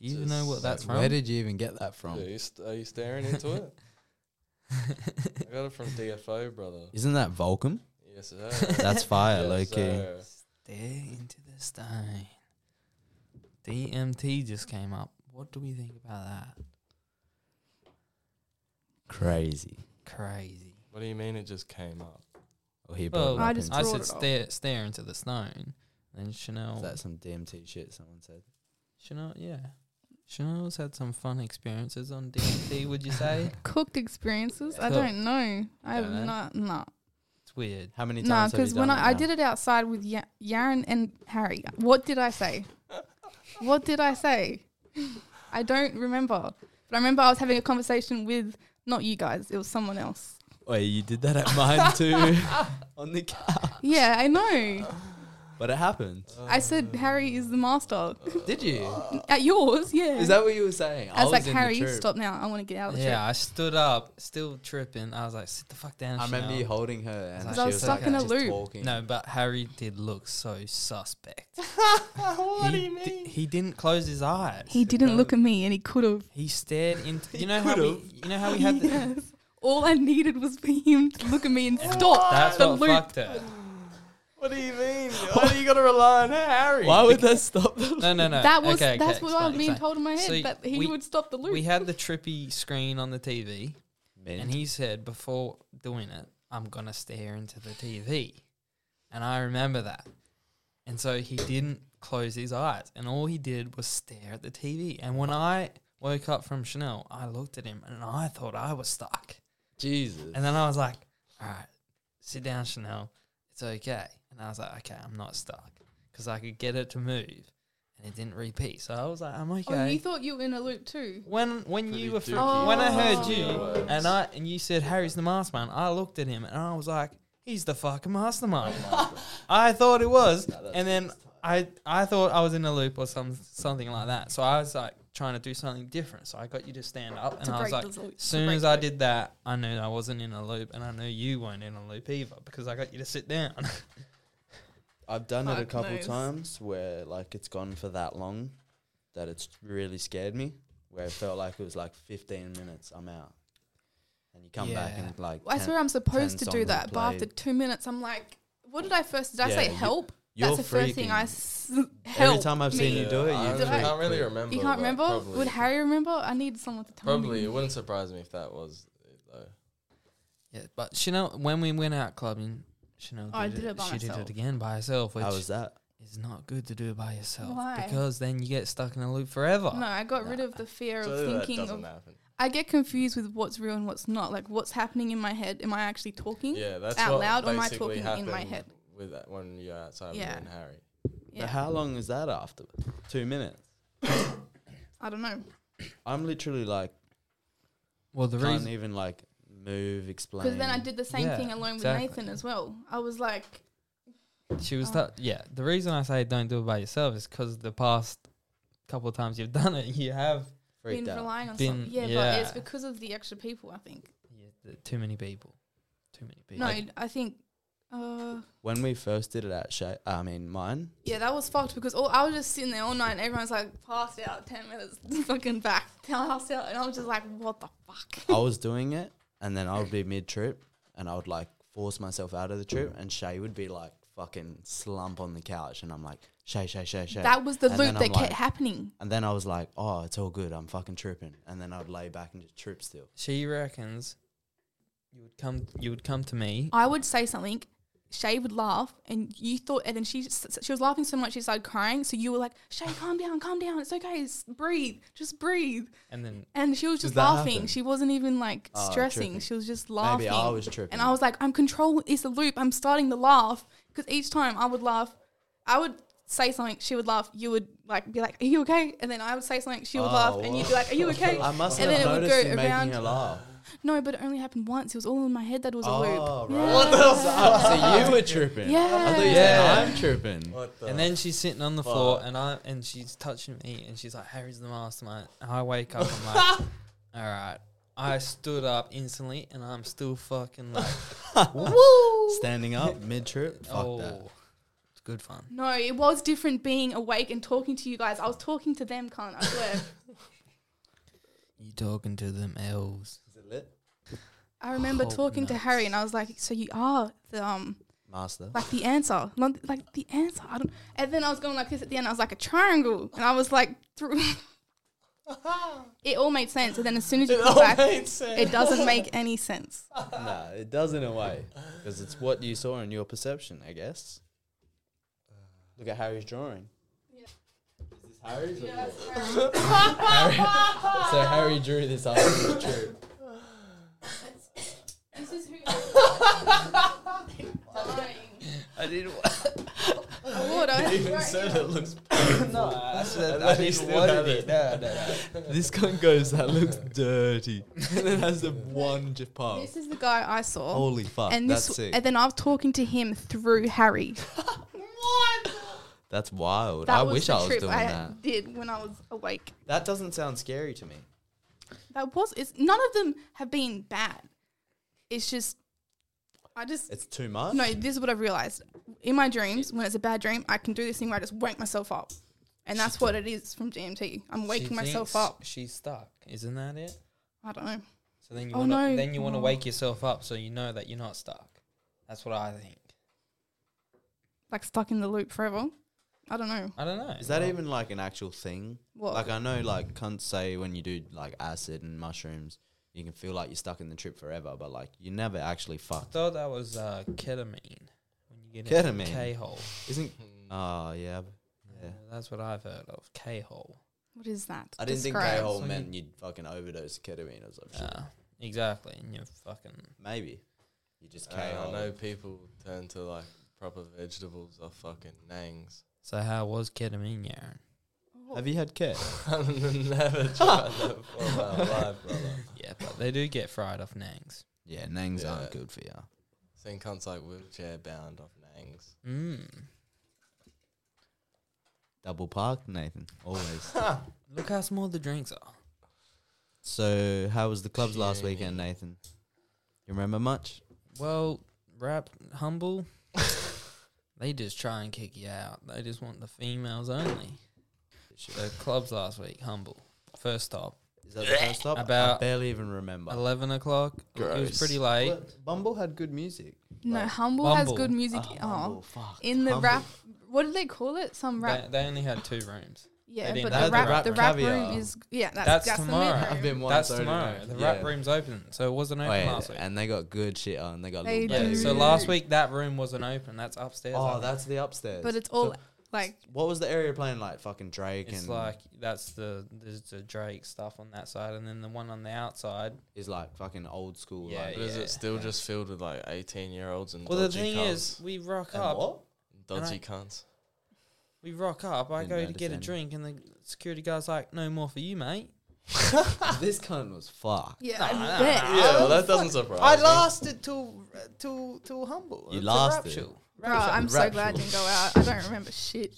Do you even know what
Just
that's
Where
from?
did you even get that
Dude,
from?
are, you st- are you staring into it? I got it from DFO, brother.
Isn't that Volcom?
Yes, sir.
That's fire,
Yes,
low key.
sir.
Dare into the stone. DMT just came up. What do we think about that?
Crazy.
Crazy.
What do you mean it just came up?
Oh, he
Well,
I
brought it up
just
in-
I
Brought
said
it up.
stare, stare into the stone. Then Chanel.
Is that some DMT shit someone said?
Chanel, yeah. Chanel's had some fun experiences on DMT, would you say?
Cooked experiences? I
Cooked.
don't know. I have
Don't know?
not. No.
It's weird.
How many
No,
times have you
because when
done
I, I
it now?
did it outside with Ya- Yaron and Harry, what did I say? what did I say? I don't remember. But I remember I was having a conversation with not you guys, it was someone else.
Wait, you did that at mine too, on the couch.
Yeah, I know.
But it happened.
I said Harry is the master.
Did you?
At yours, yeah.
Is that what you were saying?
I was like,
in the
Harry,
trip.
stop now. I want to get out of the
Yeah,
yeah,
I stood up, still tripping. I was like, sit the fuck down.
I remember
Chanel."
you holding her, and
Because
she
I
was
was stuck
like,
in a
just
loop.
Talking.
No, but Harry did look so suspect.
what
he, di- he didn't close his eyes.
He didn't look at me and he could have.
He stared into. You know how we. You know how we had. The,
Yes. All I needed was for him to look at me and stop.
that's
the
what
loop.
fucked her.
What do you mean? Why do you gotta rely on Harry?
Why would that stop?
No, no, no.
That was
Okay, okay,
that's what
explain,
I was being
explain.
told in my head
So
that he
we-
would stop the loop.
We had the trippy screen on the TV, and he said before doing it, "I'm gonna stare into the TV," and I remember that. And so he didn't close his eyes, and all he did was stare at the TV. And when I woke up from Chanel, I looked at him, and I thought I was stuck.
Jesus.
And then I was like, all right, sit down, Chanel. It's okay. And I was like, okay, I'm not stuck because I could get it to move and it didn't repeat. So I was like, I'm okay.
Oh, you thought you were in a loop too.
when when
Pretty
you were fr-
dookie.
when I heard
Oh.
you
Yeah.
and I and you said Harry's the mastermind, I looked at him and I was like, he's the fucking mastermind. I thought it was, and then I I thought I was in a loop or some something like that. So I was like trying to do something different. So I got you to stand up, and
to
I was
break
like,
the loop.
as soon as I did that, I knew I wasn't in a loop, and I knew you weren't in a loop either because I got you to sit down.
I've done it a
Fuck
couple
knows.
times where like it's gone for that long that it's really scared me. Where it felt like it was like 15 minutes, I'm out, and you come back
Yeah.
and like
I
10
swear I'm supposed to
ten
do
songs
that, but after
played.
two minutes, I'm like, what did I first? Did I
Yeah,
say
you-
help?
you're
That's the first thing I
freaking-
s- help.
Every time I've
me.
seen you do it,
I
you
Did I-
can't really
quit.
remember.
You can't
but
remember?
Probably,
Would Harry remember? I need someone to tell
probably.
me.
It wouldn't surprise me if that was it, though.
yeah, but Chanel, when we went out clubbing, Chanel did,
Oh, I
it,
did it by
she did
myself.
it again by herself, which
How was that?
is not good to do it by yourself
Why?
because then you get stuck in a loop forever.
No, I got rid
Nah.
of the fear of
So that
thinking
doesn't
of.
happen.
I get confused with what's real and what's not. Like, what's happening in my head? Am I actually talking?
Yeah, that's
out
what
loud or am I
basically
talking in my
happened
head?
With that when you're outside
Yeah.
with me and Harry.
But how long is that after? Two minutes.
I don't know.
I'm literally like
Well, the
can't
reason
even like move, explain.
Because then I did the same
Yeah,
thing alone
exactly.
with Nathan as well. I was like,
She was,
Oh.
t- yeah. The reason I say don't do it by yourself is because the past couple of times you've done it, you have
Freaked
been
out.
relying on
Been-
something. Yeah, but it's
yeah.
because of the extra people, I think.
yeah, th- too many people. Too many people.
No, I think. Uh,
when we first did it at Shay, I mean mine.
yeah, that was fucked because all, I was just sitting there all night and everyone's like passed out 10 minutes fucking back, passed out. And I was just like, what the fuck?
I was doing it, and then I would be mid trip, and I would like force myself out of the trip, and Shay would be like fucking slump on the couch, and I'm like Shay, Shay, Shay, Shay.
That was the
And
loop
then
that
I'm
kept
like-
happening.
and then I was like, oh, it's all good. I'm fucking tripping, and then I'd lay back and just trip still.
She reckons you would come. You would come to me.
I would say something, Shay would laugh, and you thought, and then she s- she was laughing so much she started crying. So you were like, Shay, calm down, calm down, it's okay, just breathe, just breathe.
And then
And she was just
that
laughing.
happen?
She wasn't even like
Oh,
stressing.
tripping.
She was just laughing.
Maybe I was tripping.
and I was like, I'm controlling. It's a loop. I'm starting to laugh because each time I would laugh, I would say something. She would laugh. You would like be like, Are you okay? And then I would say something. She would
Oh,
laugh, and you'd be like, Are you okay?
I must
and
have
then it would
noticed you
go
making
around.
her laugh.
No, but it only happened once. It was all in my head. That it was a loop.
Oh,
Yeah.
right. so you were tripping. I thought you
Yeah.
said I'm tripping.
What the?
and then she's sitting on the floor, and I and she's touching me, and she's like, "Harry's the mastermind." And I wake up. I'm like, "All right." I stood up instantly, and I'm still fucking like,
Standing up mid trip. Fuck
"Oh,
that.
it's good fun."
No, it was different being awake and talking to you guys. I was talking to them, can't I swear.
You talking to them elves?
Is it lit?
I remember
Oh,
talking to
nuts.
Harry and I was like, So you are the um
Master.
like the answer. Not like the answer. I don't and then I was going like this at the end, I was like a triangle. And I was like through It all made sense. And then as soon as you come back it doesn't make any sense.
nah, it does in a way because it's what you saw in your perception, I guess. Look at Harry's drawing. Is this Harry's? or yours? Harry- so Harry drew this up. True.
This is who
I didn't.
even said it looks.
No, I said
I didn't want it.
No, no,
This gun goes. That looks dirty. and it has the one j- part.
This is the guy I saw.
Holy fuck!
and
that's
this
sick.
and then I was talking to him through Harry.
that's wild.
That
I
was
wish
the
I was
trip
doing
I
that.
did when I was awake.
That doesn't sound scary to me.
That was it's none of them have been bad. It's just I just
It's too much.
no, this is what I've realized. In my dreams, when it's a bad dream, I can do this thing where I just wake myself up. And that's what it is from GMT. I'm waking myself up.
She's stuck. Isn't that it?
I don't know.
So then you
Oh,
want to
no.
then you want to
Oh.
wake yourself up so you know that you're not stuck. That's what I think.
Like stuck in the loop forever. I don't know.
I don't know.
Is that
Well,
even like an actual thing?
What?
uh,
Like I know, like cunts say when you do like acid and mushrooms, you can feel like you're stuck in the trip forever, but like you never actually
I
fucked.
thought that was uh, ketamine. When you get
Ketamine?
K hole.
Isn't?
Mm-hmm.
Oh yeah, b- yeah.
that's what I've heard of. K hole.
What is that?
I didn't think
Describe.
K hole
So you-
meant you'd fucking overdose ketamine or some shit.
Yeah, exactly. And you're fucking.
Maybe you just K
Uh, I
hole.
know people turn to like proper vegetables or fucking nangs.
So how was ketamine, Yaron?
Oh,
Have you had K?
I've never tried that before in my life, brother.
Yeah, but they do get fried off nangs.
Yeah, nangs
Yeah.
aren't good for you.
Seen cunts like wheelchair bound off nangs.
Mm.
Double parked, Nathan. Always.
Look how small the drinks are.
so how was the clubs last
Puny.
weekend, Nathan? You remember much?
Well, rap humble. they just try and kick you out. They just want the females only. The clubs last week, humble. First stop,
Is that the first stop? I
About-
barely even remember.
eleven o'clock. It
Gross.
was pretty late.
But Bumble had good music.
No,
Like-
Humble, has
Bumble. Uh,
good music.
Oh,
Oh,
Bumble, fuck.
in the
Humble.
rap. What did they call it? Some rap.
They, they only had two rooms.
yeah,
didn't
but
have
the
the
rap,
rap
the
room.
rap
Caviar.
room is yeah. That's,
That's
that's the
tomorrow.
mid
I've
room.
been
That's
once
tomorrow.
already,
The
yeah.
rap room's open, so it wasn't
Oh,
open
yeah,
last week.
and they got good shit on. They got
They
little
Yeah,
do.
babies.
so last week that room wasn't open. That's upstairs. I
Oh,
think.
that's the upstairs.
But it's all
So
like
what was the area playing like? Fucking Drake
it's
and
like that's the there's the Drake stuff on that side, and then the one on the outside.
is like fucking old school.
Yeah,
like,
But is
yeah.
it still just filled with like 18 year olds and
Well, the
dodgy
thing
cunts?
is, we rock
And
up.
what?
dodgy
and
cunts.
We rock up. I
Didn't
go to get a
understand.
drink, and the security guard's like, "No more for you, mate."
this cunt was fucked.
Yeah,
Nah,
I
nah,
bet.
yeah, well, that doesn't surprise
I
me.
lasted till till till humble.
You
It's a
lasted.
rapture.
Bro, I'm so glad I didn't go out. I don't remember shit.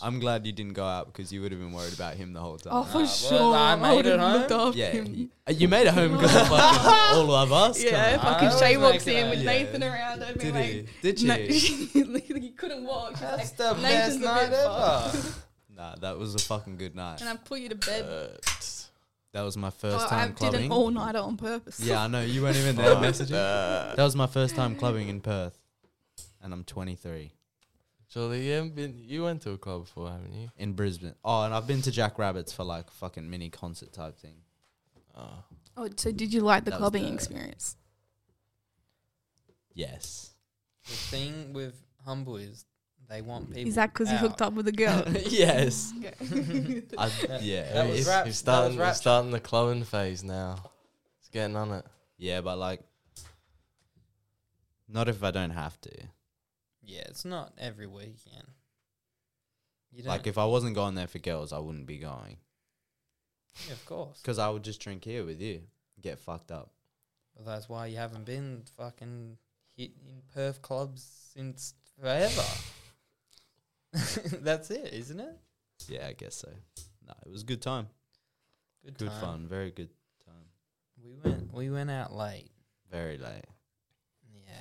I'm glad you didn't go out because you would have been worried about him the whole time.
oh, for
well,
sure.
I made it
would've
home.
looked after
yeah,
him.
y- you made it home because of fucking all of us.
Yeah,
cunt.
I
fucking
always
Shay
make
walks
it
in
out.
with
Yeah.
Nathan around. I'd be
did
like,
he? Did you?
No, he couldn't walk. She's
That's
like,
the best
Nathan's a
night
bit fucked.
ever.
Nah, that was a fucking good night.
and I put you to bed.
Uh,
That was my first
Well, I
time
did
clubbing.
an all nighter on purpose.
yeah, I know you weren't even there messaging.
uh,
That was my first time clubbing in Perth, and I'm 23
Surely you haven't been. You went to a club before, haven't you?
in Brisbane. Oh, and I've been to Jack Rabbits for like fucking mini concert type thing.
Oh.
Oh, so did you like the
That was
clubbing
the-
experience?
Yes.
The thing with humble is they want people.
Is that because you
out.
hooked up with a girl?
yes.
Okay.
I,
That-
yeah.
That was
If-
rap.
that
He's starting,
was rap
he's starting the clubbing phase now. It's getting on it.
Yeah, but like, not if I don't have to.
Yeah, it's not every weekend. You don't,
Like, if I wasn't going there for girls, I wouldn't be going
yeah, of course.
because I would just drink here with you, get fucked up.
Well, that's why you haven't been fucking hit in Perth clubs since forever. that's it, isn't it?
Yeah, I guess so. No, it was a good time. Good
time.
fun. Very good time.
We went. We went out late.
Very late.
Yeah.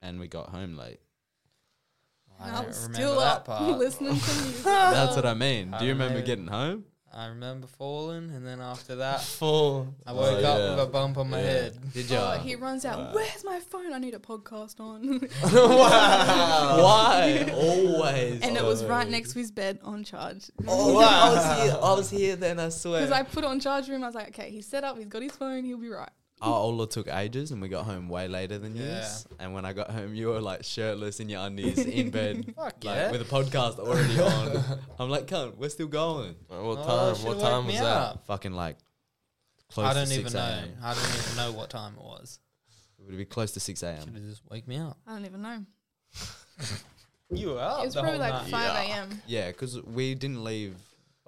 And we got home late.
And
I
I
don't
was
remember
still
that
up
part.
listening to music.
That's what I mean.
I
Do you remember
remember.
getting home?
I remember falling, and then after that,
Full.
I woke
Oh,
up
yeah.
with a bump on my
Yeah.
head.
Did
Oh, he runs out.
Wow.
Where's my phone? I need a podcast on.
wow.
Why? Always.
and it was right next to his bed on charge.
Oh, I was here. I was here then. I
Because
swear.
I put it on charge room. I was like, okay, he's set up. He's got his phone. He'll be right.
Our Ola took ages and we got home way later than
Yeah.
yours. And when I got home, you were like shirtless in your undies in bed.
Fuck
Like
yeah.
with a podcast already on. I'm like, come, we're still going.
What
Oh,
time?
should've
what
woke
time
me
was that?
up.
Fucking like close
I
to
don't
6
even know.
a.m.
I don't even know what time it was.
It would be close to 6
Should
a.m.
have just wake me up.
I don't even know.
You were
Oh,
up.
it was probably like 5
Yeah.
a.m.
Yeah, because we didn't leave.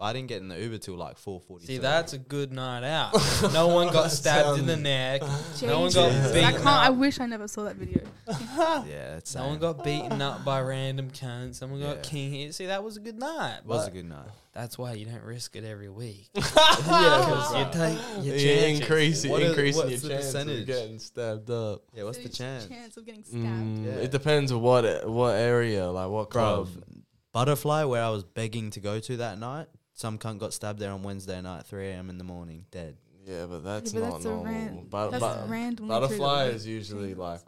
I didn't get in the Uber till like 4.40.
See, that's a good night out. No one got stabbed in the neck. No one
Jesus.
got
I
beaten
can't. I
up.
wish I never saw that video.
Yeah, it's
No one got beaten up by random cunts. Someone got
Yeah.
king hit. See, that was a good night.
It was a
but
good night.
That's why you don't risk it every week.
yeah,
Because you take your
you
chances.
increase, you
What is-
increase
what's
your
the
chances
percentage?
of getting stabbed up.
Yeah, what's
So
the
it's
chance?
Chance of getting stabbed.
Mm,
Yeah.
It depends what what area, like what
Bro,
club.
Butterfly, where I was begging to go to that night, some cunt got stabbed there on Wednesday night, 3 a.m. in the morning, dead.
Yeah, but that's
but
not
that's a
normal.
ran-
but,
That's
but
random.
butterfly is usually like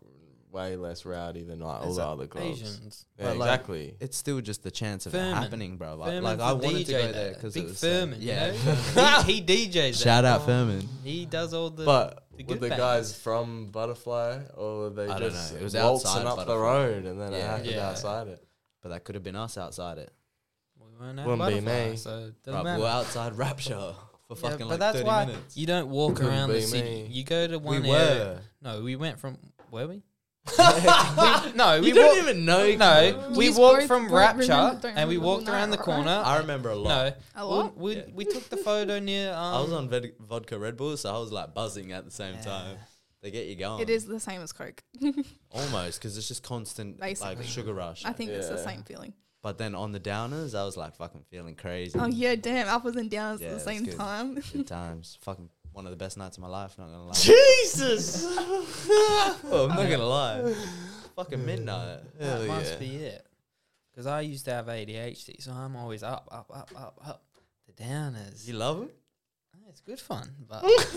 way less rowdy than like all
That's
the
a-
other clubs.
Asians.
Yeah,
But, like,
exactly.
It's still just the chance of it
Furman.
happening, bro. Like,
Furman's
like,
the
I wanted
DJ
to go there
there.
because it
Big
was
Furman.
So,
you
yeah.
know? Oh. he, he DJs. there.
Shout out Furman.
He does all the.
but
the
were
good
the
bands.
guys from Butterfly, or were they
I don't
just
know. It was outside
waltzing up the
Butterfly.
road and then it
Yeah.
happened
Yeah.
outside it?
But that could have been us outside it.
We weren't at
Wouldn't be
Butterfly,
me.
So it
Bruh,
doesn't matter.
we were outside Rapture for
Yeah,
fucking
but
like
that's
30
why
minutes.
you don't walk
Couldn't
around the
be
city.
me.
You go to
We
one area.
were.
No, we went from were we? we no, we
You don't
walked.
even know.
no,
You
we
just
walked
both
from
don't
Rapture
remember- don't
and we
remember
walked
the
around the
night,
corner.
I remember a lot.
No,
A
we,
lot.
we,
Yeah.
we took the photo near. Um,
I was on ved- vodka Red Bull, so I was like buzzing at the same
Yeah.
time. They get you
oh.
going.
It is the same as Coke.
almost because it's just constant
Basically.
like sugar rush.
I think it's the
Yeah.
same feeling.
But then on the downers, I was like fucking feeling crazy.
Oh yeah, damn, uppers and downs
Yeah,
at the
that's
same
good.
time.
Good times. Fucking one of the best nights of my life. Not gonna lie.
Jesus!
well, I'm not gonna lie. Fucking midnight.
that
Hell
must
yeah.
be it. Because I used to have ADHD, so I'm always up, up, up, up, up. The downers.
You love them?
It's good fun, but
it's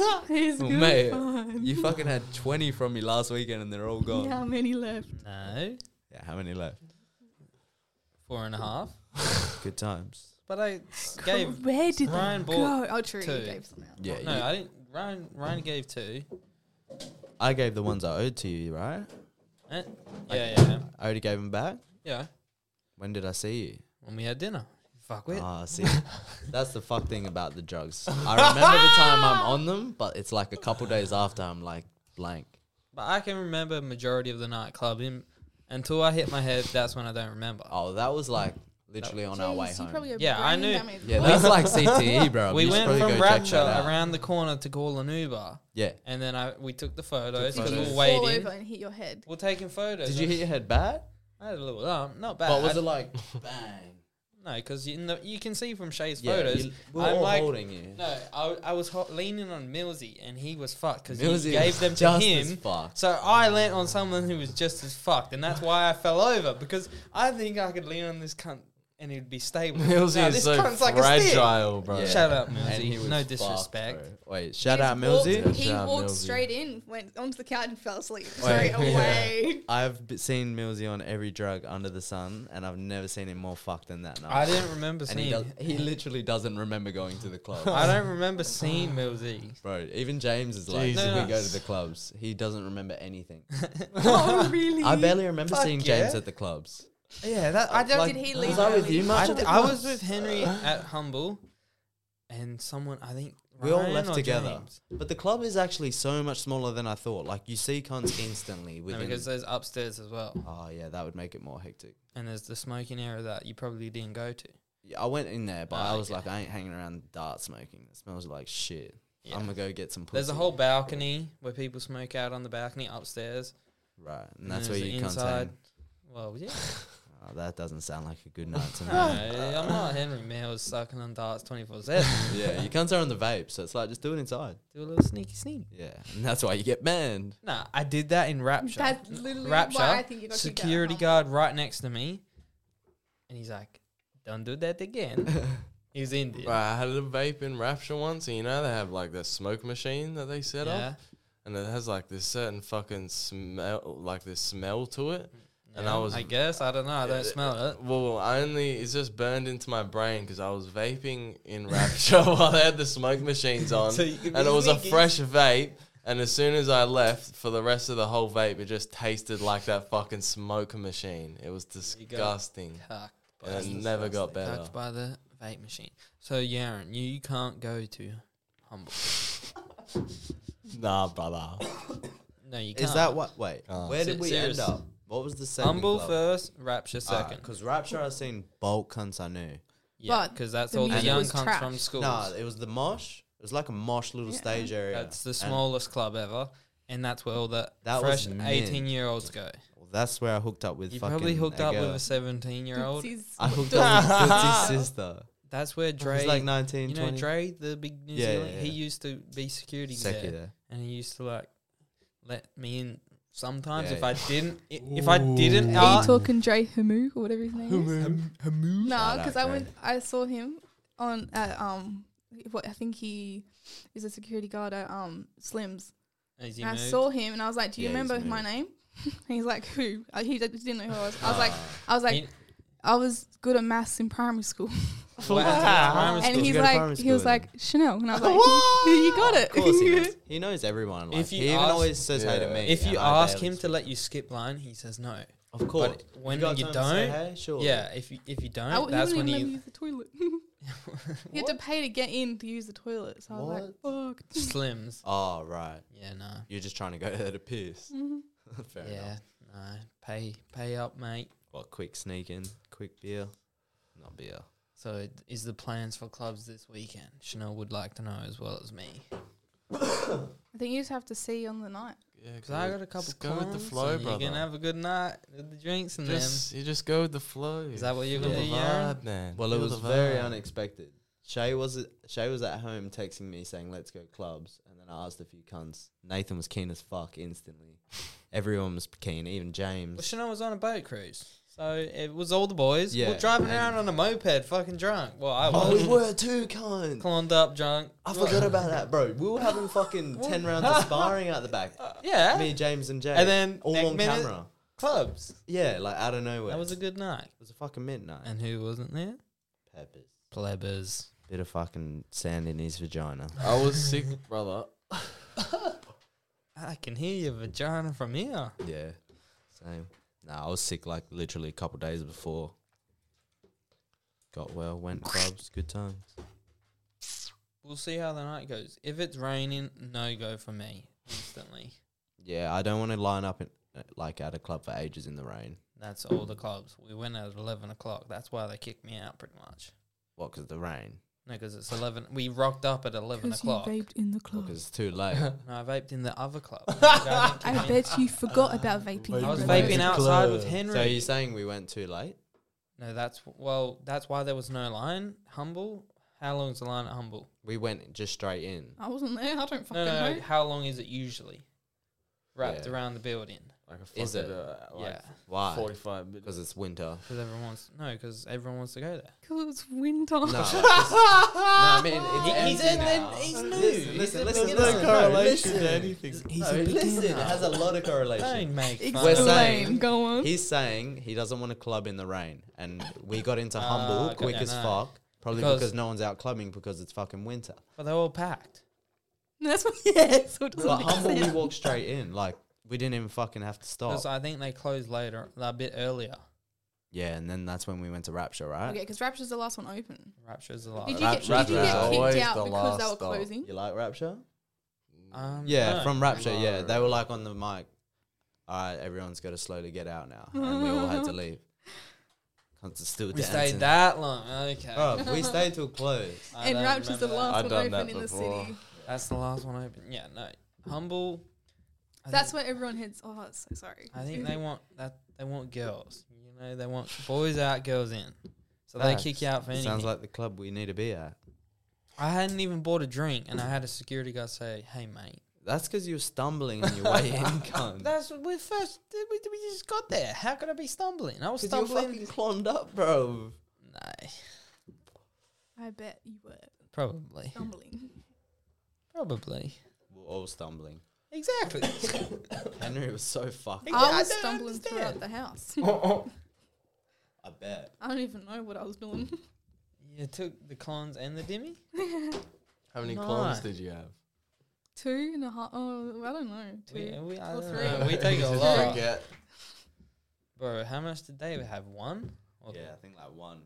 Well,
good
mate,
fun.
You fucking had 20 from me last weekend and they're all gone. Yeah,
How many left?
no,
how many left?
four and a half.
Good times.
But I gave
Where did
Ryan
they
bought
go? Oh, true.
two.
You gave some out.
Yeah,
no,
you-
I didn't. Ryan, Ryan gave two.
I gave the ones I owed to you, right?
Eh, Yeah, yeah,
I already gave them back.
yeah.
When did I see you?
When we had dinner, fuck with.
Ah, see, that's the fuck thing about the drugs. I remember the time I'm on them, but it's like a couple days after I'm like blank.
But I can remember majority of the nightclub in, until I hit my head. That's when I don't remember.
Oh, that was like literally on our way
Jeez,
home.
You probably got
Yeah, I
brain
knew-
damage.
yeah, that's like CTE, bro.
we
You should
went
probably
from
go check that
Rapture
out.
around the corner to call an Uber,
Yeah.
and then I we took the photos.
Did
because
you
we're
fall
waiting.
over and hit your head?
We're taking photos.
Did you hit your head bad?
I had a little arm, not bad.
What was it like? Bang.
No, because you, know, you can see from Shay's
Yeah,
photos.
you- we were
I'm
all
like-
holding you.
No, I, I was ho- leaning on Millsy, and he was fucked because
Millsy
he gave
was
them to
just as
him.
fucked.
So I leant on someone who was just as fucked, and that's why I fell over because I think I could lean on this cunt and it'd be stable.
Millsy
Now,
is
this
so
cunt's like a stick.
fragile, bro.
Yeah.
Shout out
And he
Millsy,
was
no
fucked,
disrespect.
bro. Wait, shout out
He just
Millsy.
walked- He
Shout out
walked
Millsy.
straight in, went onto the couch and fell asleep
Wait.
straight away.
I've b- seen Millsy on every drug under the sun, and I've never seen him more fucked than that night.
I didn't remember
and he,
seeing.
does, he literally doesn't remember going to the club.
I don't remember seeing Millsy.
Bro, even James is like,
Jesus.
if we go to the clubs, he doesn't remember anything.
oh really?
I barely remember
Fuck
seeing
yeah.
James at the clubs.
Yeah, that
I don't.
like-
did he leave?
was I with
early?
you,
I,
Much of
d-
it
I
was.
was with Henry at Humble, and someone I think
We all
Ryan
left
or
together.
James.
But the club is actually so much smaller than I thought. Like, you see cons instantly
No,
within.
because uh, there's upstairs as well,
oh, yeah, that would make it more hectic.
and there's the smoking area that you probably didn't go to.
Yeah, I went in there, but
Ah,
I was
okay.
like, I ain't hanging around dart smoking. It smells like shit.
Yeah.
I'm going to go get some pussy.
There's a whole balcony where people smoke out on the balcony upstairs.
Right, and
and
that's where
there's
you
the
cons
inside.
hang.
Well, yeah.
Oh, that doesn't sound like a good night to me.
no, I'm not Henry Mills sucking on darts 24 7.
yeah, you cons are on the vape, so it's like, just do it inside.
Do a little sneaky sneak.
Yeah, and that's why you get banned.
Nah, I did that in Rapture.
That's literally
Rapture,
why I think you got kicked out Oh, of
security
Humble.
guard right next to me, and he's like, "Don't do that again." he was Indian.
Bro, I had a vape in Rapture once, and you know they have like that smoke machine that they set up, and it has like this certain fucking smell, like this smell to it. And I was,
I guess I don't know. I
Yeah,
don't smell it.
well, I only it's just burned into my brain because I was vaping in Rapture while they had the smoke machines on,
So you could
and
be
it was a
sneaky.
fresh vape. And as soon as I left, for the rest of the whole vape, it just tasted like that fucking smoke machine. It was
you go.
disgusting,
Cucked by,
and
the-
it never got better.
cucked by the vape machine. So Yaron, you can't go to Humble.
Nah, brother.
No, you can't.
Is that what? Wait,
Can't.
where did
Se-
we
serious.
end up? What was the second?
Humble first,
Ah,
Rapture second.
Because Rapture, I seen bulk cunts I knew.
yeah,
But
because that's
the
all the
music
young
was
cunts
trash.
from school.
Nah, it was the mosh. It was like a mosh little
Yeah.
stage area.
That's the
And
smallest club ever, and that's where all the
That was
fresh
mint.
eighteen-year-olds go.
that's where I hooked up with.
You
fucking
probably hooked
a
up
girl.
with a seventeen-year-old.
Tootsie's-
I hooked up with Tootsie's sister.
That's where
She was
Dre,
like 19,
you know
20.
Dre, the big New
Yeah,
Zealand.
yeah,
He
yeah.
used to be security
Seki
there,
there.
and he used to like let me in. Sometimes
Yeah,
if
yeah.
I didn't, i- if I didn't,
Are
Ah.
uh,
you talking Dre Hamu or whatever his name is? No,
Shout out,
because I
Dre.
went. I saw him on at um. What I think he is a security guard at um Slims.
as you
And I
moved,
saw him and I was like, "Do you
Yeah, he's
remember my
moved.
name?" and he's like, "Who?" Uh, He d- didn't know who I was. I was like,
Ah.
"I was like,
He-
I was good at maths in primary school."
Wow. Primary
and
school.
You
he's
go to primary
like, he
school
was
then.
like Chanel, and I was like, "You got it."
Of course he knows. He knows everyone. Like,
If you
he even
ask-
always says hey to
Yeah.
me.
if you
and I
ask
barely
him to
speak.
let you skip line, he says no.
of course,
But when
got
you
time to say
don't-
hey? sure.
Yeah, if you if you don't,
I, w- he
that's when
wouldn't even let
he.
me use the toilet. you had to pay to get in to use the toilet. So I was like, "Fuck."
Slims.
Oh right.
Yeah, no.
You're just trying to go there to piss. Fair
yeah,
enough.
no. Pay pay up, mate.
What quick sneak in, quick beer, not beer.
So it is the plans for clubs this weekend? Chanel would like to know as well as me.
I think you just have to see on the night.
Yeah,
Because I got a couple
Just go with the
cons,
flow,
and You
brother.
can have a good night with the drinks and
just you just go with the flow.
Is that what you're
Feel
gonna
the
do, Yaron?
vibe, man?
Well, it
Feel
was
the
very
vibe.
unexpected. Shay was at, Shay was at home texting me saying, "Let's go clubs," and then I asked a few cunts. Nathan was keen as fuck instantly. Everyone was keen, even
them. Well,
James.
Chanel was on a boat cruise. So it was all the boys. Yeah,
Yeah,
we're driving
and-
around on a moped, fucking drunk. Well, I
Oh,
was.
we were too kind.
Cloned up, drunk.
I forgot about that, bro. We were having fucking ten rounds of sparring out the back.
Uh, Yeah.
Me, James, and Jay,
And then
all
next
on
minute-
camera.
clubs.
Yeah, like out of nowhere.
That was a good night.
it was a fucking midnight.
And who wasn't there?
Peppers.
Plebers.
Bit of fucking sand in his vagina.
I was sick, brother.
I can hear your vagina from here.
Yeah, same. Nah, I was sick like literally a couple days before. Got well, went clubs, good times.
We'll see how the night goes. If it's raining, no go for me instantly.
Yeah, I don't want to line up in, uh, like at a club for ages in the rain.
That's all the clubs. We went at eleven o'clock. That's why they kicked me out pretty much.
What? Because the rain.
No, because it's eleven. We rocked up at eleven
Because you
o'clock.
vaped in the
Because
club.
it's too late.
No, I vaped in the other club.
I bet you forgot about vaping.
I was
in the
vaping
club.
outside with
club.
Henry.
So you're saying we went too late?
no, that's well. That's why there was no line. Humble. How long's the line at Humble?
We went just straight in.
Uh,
I wasn't there. I don't fucking
No, no,
know.
no. How long is it usually? Wrapped
Yeah.
around the building.
Like a
Is
fucking,
it?
uh,
yeah,
like
Why?
forty-five minutes.
Because it's winter.
because everyone wants no, because everyone wants to go there.
Because it's winter.
No, it's just- no, I mean
He-
it's
he's
empty
in
now.
the- he's new.
Listen,
He's
listen,
in
listen,
the-
listen.
no
listen.
He's
No,
a
listen, it
beginner.
has a lot of correlation.
Don't make fun.
We're
of
saying-
me.
Explain. Go on.
He's saying he doesn't want to club in the rain, and we got into
Ah,
humble
okay,
quick
yeah,
as
no.
fuck. Probably because,
Because-
no one's out clubbing because it's fucking winter.
But they're all packed.
That's what. Yeah. That's what doesn't
But
make
humble, we
sense.
walked straight in. Like we didn't even fucking have to stop.
Because I think they closed later, a bit earlier.
yeah, and then that's when we went to Rapture, right?
Okay, because Rapture's the last one open.
Rapture's the last.
Did you
Rap-
get, did you
Rapture's
get
always
kicked out
the
because they
last
were
stop.
closing?
You like Rapture?
Um,
Yeah,
no.
from Rapture. Yeah,
No.
they were like on the mic. All right, everyone's got to slowly get out now, and we all had to leave. Cunts are still
we
dancing.
stayed that long. Okay.
Bro, Oh, we stayed till close.
I
And
don't
Rapture's the
remember that.
last
I've
one
done
open
that
in the
before.
city.
That's the last one open. Yeah, no. Humble. I
That's
think,
where everyone heads. Oh, I'm so sorry.
I think they want that. They want girls. You know, they want boys out, girls in. So
Facts.
they kick you out for anything.
Sounds like the club we need to be at.
I hadn't even bought a drink, and I had a security guy say, "Hey, mate."
That's because you're stumbling on your way in, cunt.
That's we first. We, we just got there. How could I be stumbling? I was
Because you're
stumbling.
fucking clombed up, bro.
No,
I bet you were
probably,
stumbling.
probably.
We're all stumbling.
Exactly.
Henry was so fucked.
Yeah,
I
I
was
don't
stumbling throughout
understand.
the house.
I bet.
I don't even know what I was doing.
you took the cons and the dimmy.
How many
Nice.
clones did you have?
Two and a half. Oh, I don't know. Two.
We, we, I
Or
don't
three.
know. we take a
Just
lot,
forget.
bro. How much did they have? One. Or-
Yeah, I think like one.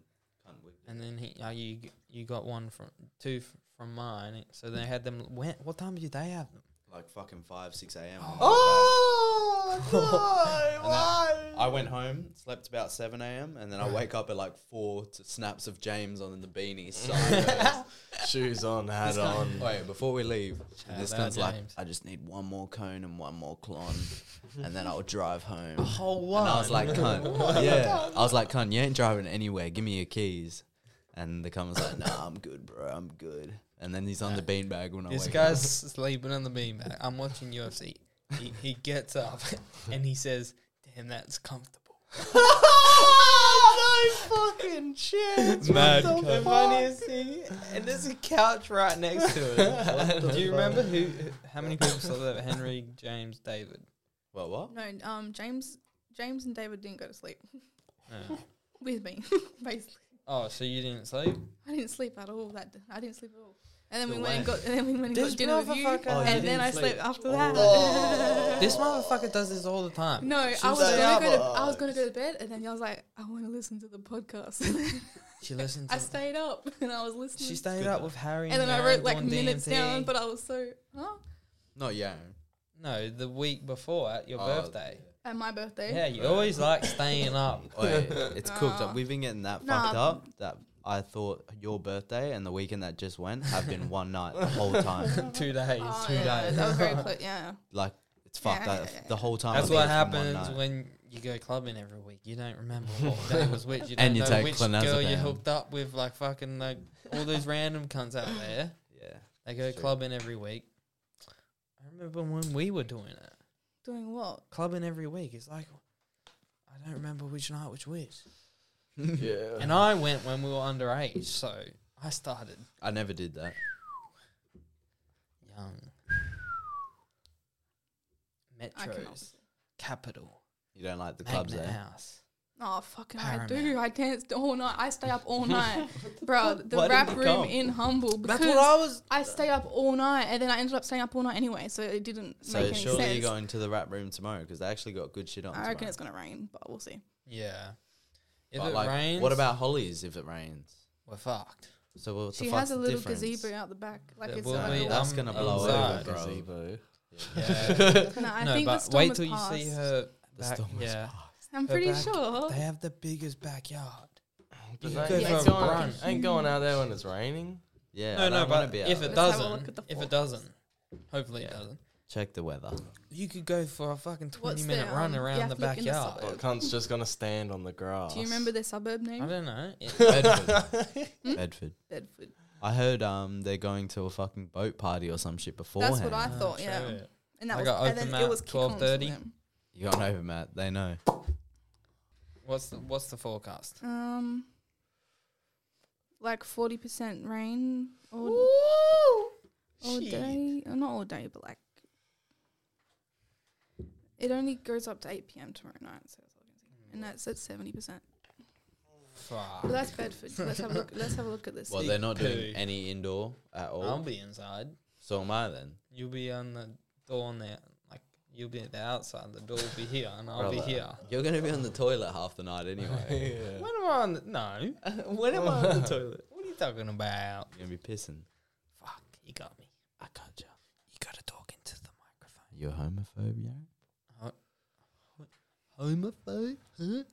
Cunt with
And then he, uh, you, g- you got one from two f- from mine. So they had them. When, what time did they have them?
like fucking 5, 6 a.m.
Oh, no, why?
I went home, slept about 7 a.m., and then I wake up at like 4 to snaps of James on the beanie. sideways.
Shoes on, hat on.
Wait, before we leave,
Shout
this
out
cunt's like,
James.
I just need one more cone and one more clon, and then I'll drive home.
Whole
And I was like, cunt. yeah. I was like, cunt, you ain't driving anywhere. Give me your keys. And the cunt was like, nah, I'm good, bro. I'm good. And then he's on the beanbag when I
This
wake
guy's sleeping on the beanbag. I'm watching UFC. He, he gets up and he says, "Damn, that's comfortable."
fucking chance.
up. Mad
The funniest thing, and there's a couch right next to it. Do you remember who? How many people slept there? Henry, James, David.
Well, what?
No, um, James, James and David didn't go to sleep
No.
with me. Basically,
Oh, so you didn't sleep?
I didn't sleep at all. That d- I didn't sleep at all. And then
Still
we went and
lame.
got, and then we went and
This
got dinner with you.
motherfucker- Oh, you
and then
didn't
I
sleep. Oh.
slept after that.
This motherfucker does this all the time.
No, I was
She's
gonna
like,
go. To,
"Oh,
I was gonna go to bed, and then I was like, I want to listen to the podcast.
She listens.
I
To
stayed up and I was listening.
she stayed
Good
up
though.
with Harry,
and then I
Aaron
wrote like
doing
minutes
DMT.
down, but I was so huh
Not yeah.
no, the week before at your
Oh,
birthday.
at my birthday.
Yeah, you always like staying up.
Oi, it's cooked
Nah.
up. We've been getting that
Ah. Nah.
fucked up that I thought your birthday and the weekend that just went have been one night the whole time.
Two days.
Oh,
two
yeah,
days.
That was very quick. Yeah.
Like, it's fucked
Yeah,
up.
yeah, yeah.
The whole time.
That's
I
what
think it's been one
happens
night.
when you go clubbing every week. You don't remember what day was which. You don't
And you
know
take
which girl you
clonazepam.
hooked up with, like fucking like all those random cunts out there.
Yeah.
They go
That's true.
clubbing every week. I remember when we were doing it.
Doing what?
Clubbing every week. It's like I don't remember which night was which.
Yeah.
And I went when we were underage, so I started
I never did that.
young.
I can
Metros, capital,
You don't like the clubs
Magnet
there.
House.
Oh fucking! I do.
Paramount.
I dance all night. I stay up all night, bro. The
Why didn't
rap
you
room
come?
in Humble because
That's what I was.
I stay up all night, and then I ended up staying up all night anyway, so it didn't
So
make any
surely
sense.
you're going to the rap room tomorrow because they actually got good shit on.
I reckon
tomorrow.
it's gonna rain, but we'll see.
Yeah. If
But,
it
like,
rains,
What about Hollies if it rains?
We're fucked.
So what
She
the fuck's
has a
the
little
difference?
gazebo out the back, like
Yeah,
it's
we'll
like
be
a-
That's
I'm
gonna blow
inside.
over, bro.
Gazebo.
Yeah.
No, I
no,
think the
but
storm
wait
has
till you see
passed.
her.
The
back-
storm is
yeah.
I'm
Her
pretty
back-
sure.
They have the biggest backyard.
But
Yeah.
they ain't,
Go for a
going,
brunch.
ain't going out there when it's raining.
Yeah.
No,
I
no,
don't wanna
but
be
if
out
it
there.
Let's have a look
doesn't,
at the
if it
forecast.
doesn't, hopefully it
Yeah.
doesn't.
check the weather.
You could go for a fucking twenty
What's
minute
the,
run
um,
around
you
the
have to look in the
backyard.
Or cunt's just gonna stand on the grass.
Do you remember their suburb name?
I don't know. It-
Hmm?
Bedford.
Bedford.
I heard um they're going to a fucking boat party or some shit beforehand.
That's what I
Ah,
thought. Yeah,
true.
and that
They
was
got open
and then
mat,
it was
12:30.
12:30.
You got over, Matt. They know.
What's the what's the forecast?
Um, like forty percent rain all, all
Shit.
day. Uh, Not all day, but like it only goes up to eight pm tomorrow night. So that's all I'm saying. and that's at seventy percent.
Fuck.
But that's Bedford. So let's have a look. Let's have a look at this.
Well, they're not
Poo.
doing any indoor at all.
I'll be inside.
so am I then.
You'll be on the door on there, like you'll be at the outside. The door will be here, and I'll be
Brother.
here.
You're gonna be on the toilet half the night anyway.
Yeah.
When am I on? The, no.
when am I on the toilet?
What are you talking about?
You're gonna be pissing.
Fuck, you got me.
I can't jump.
You gotta talk into the microphone.
You're homophobe, yeah?
Homophobe? Huh?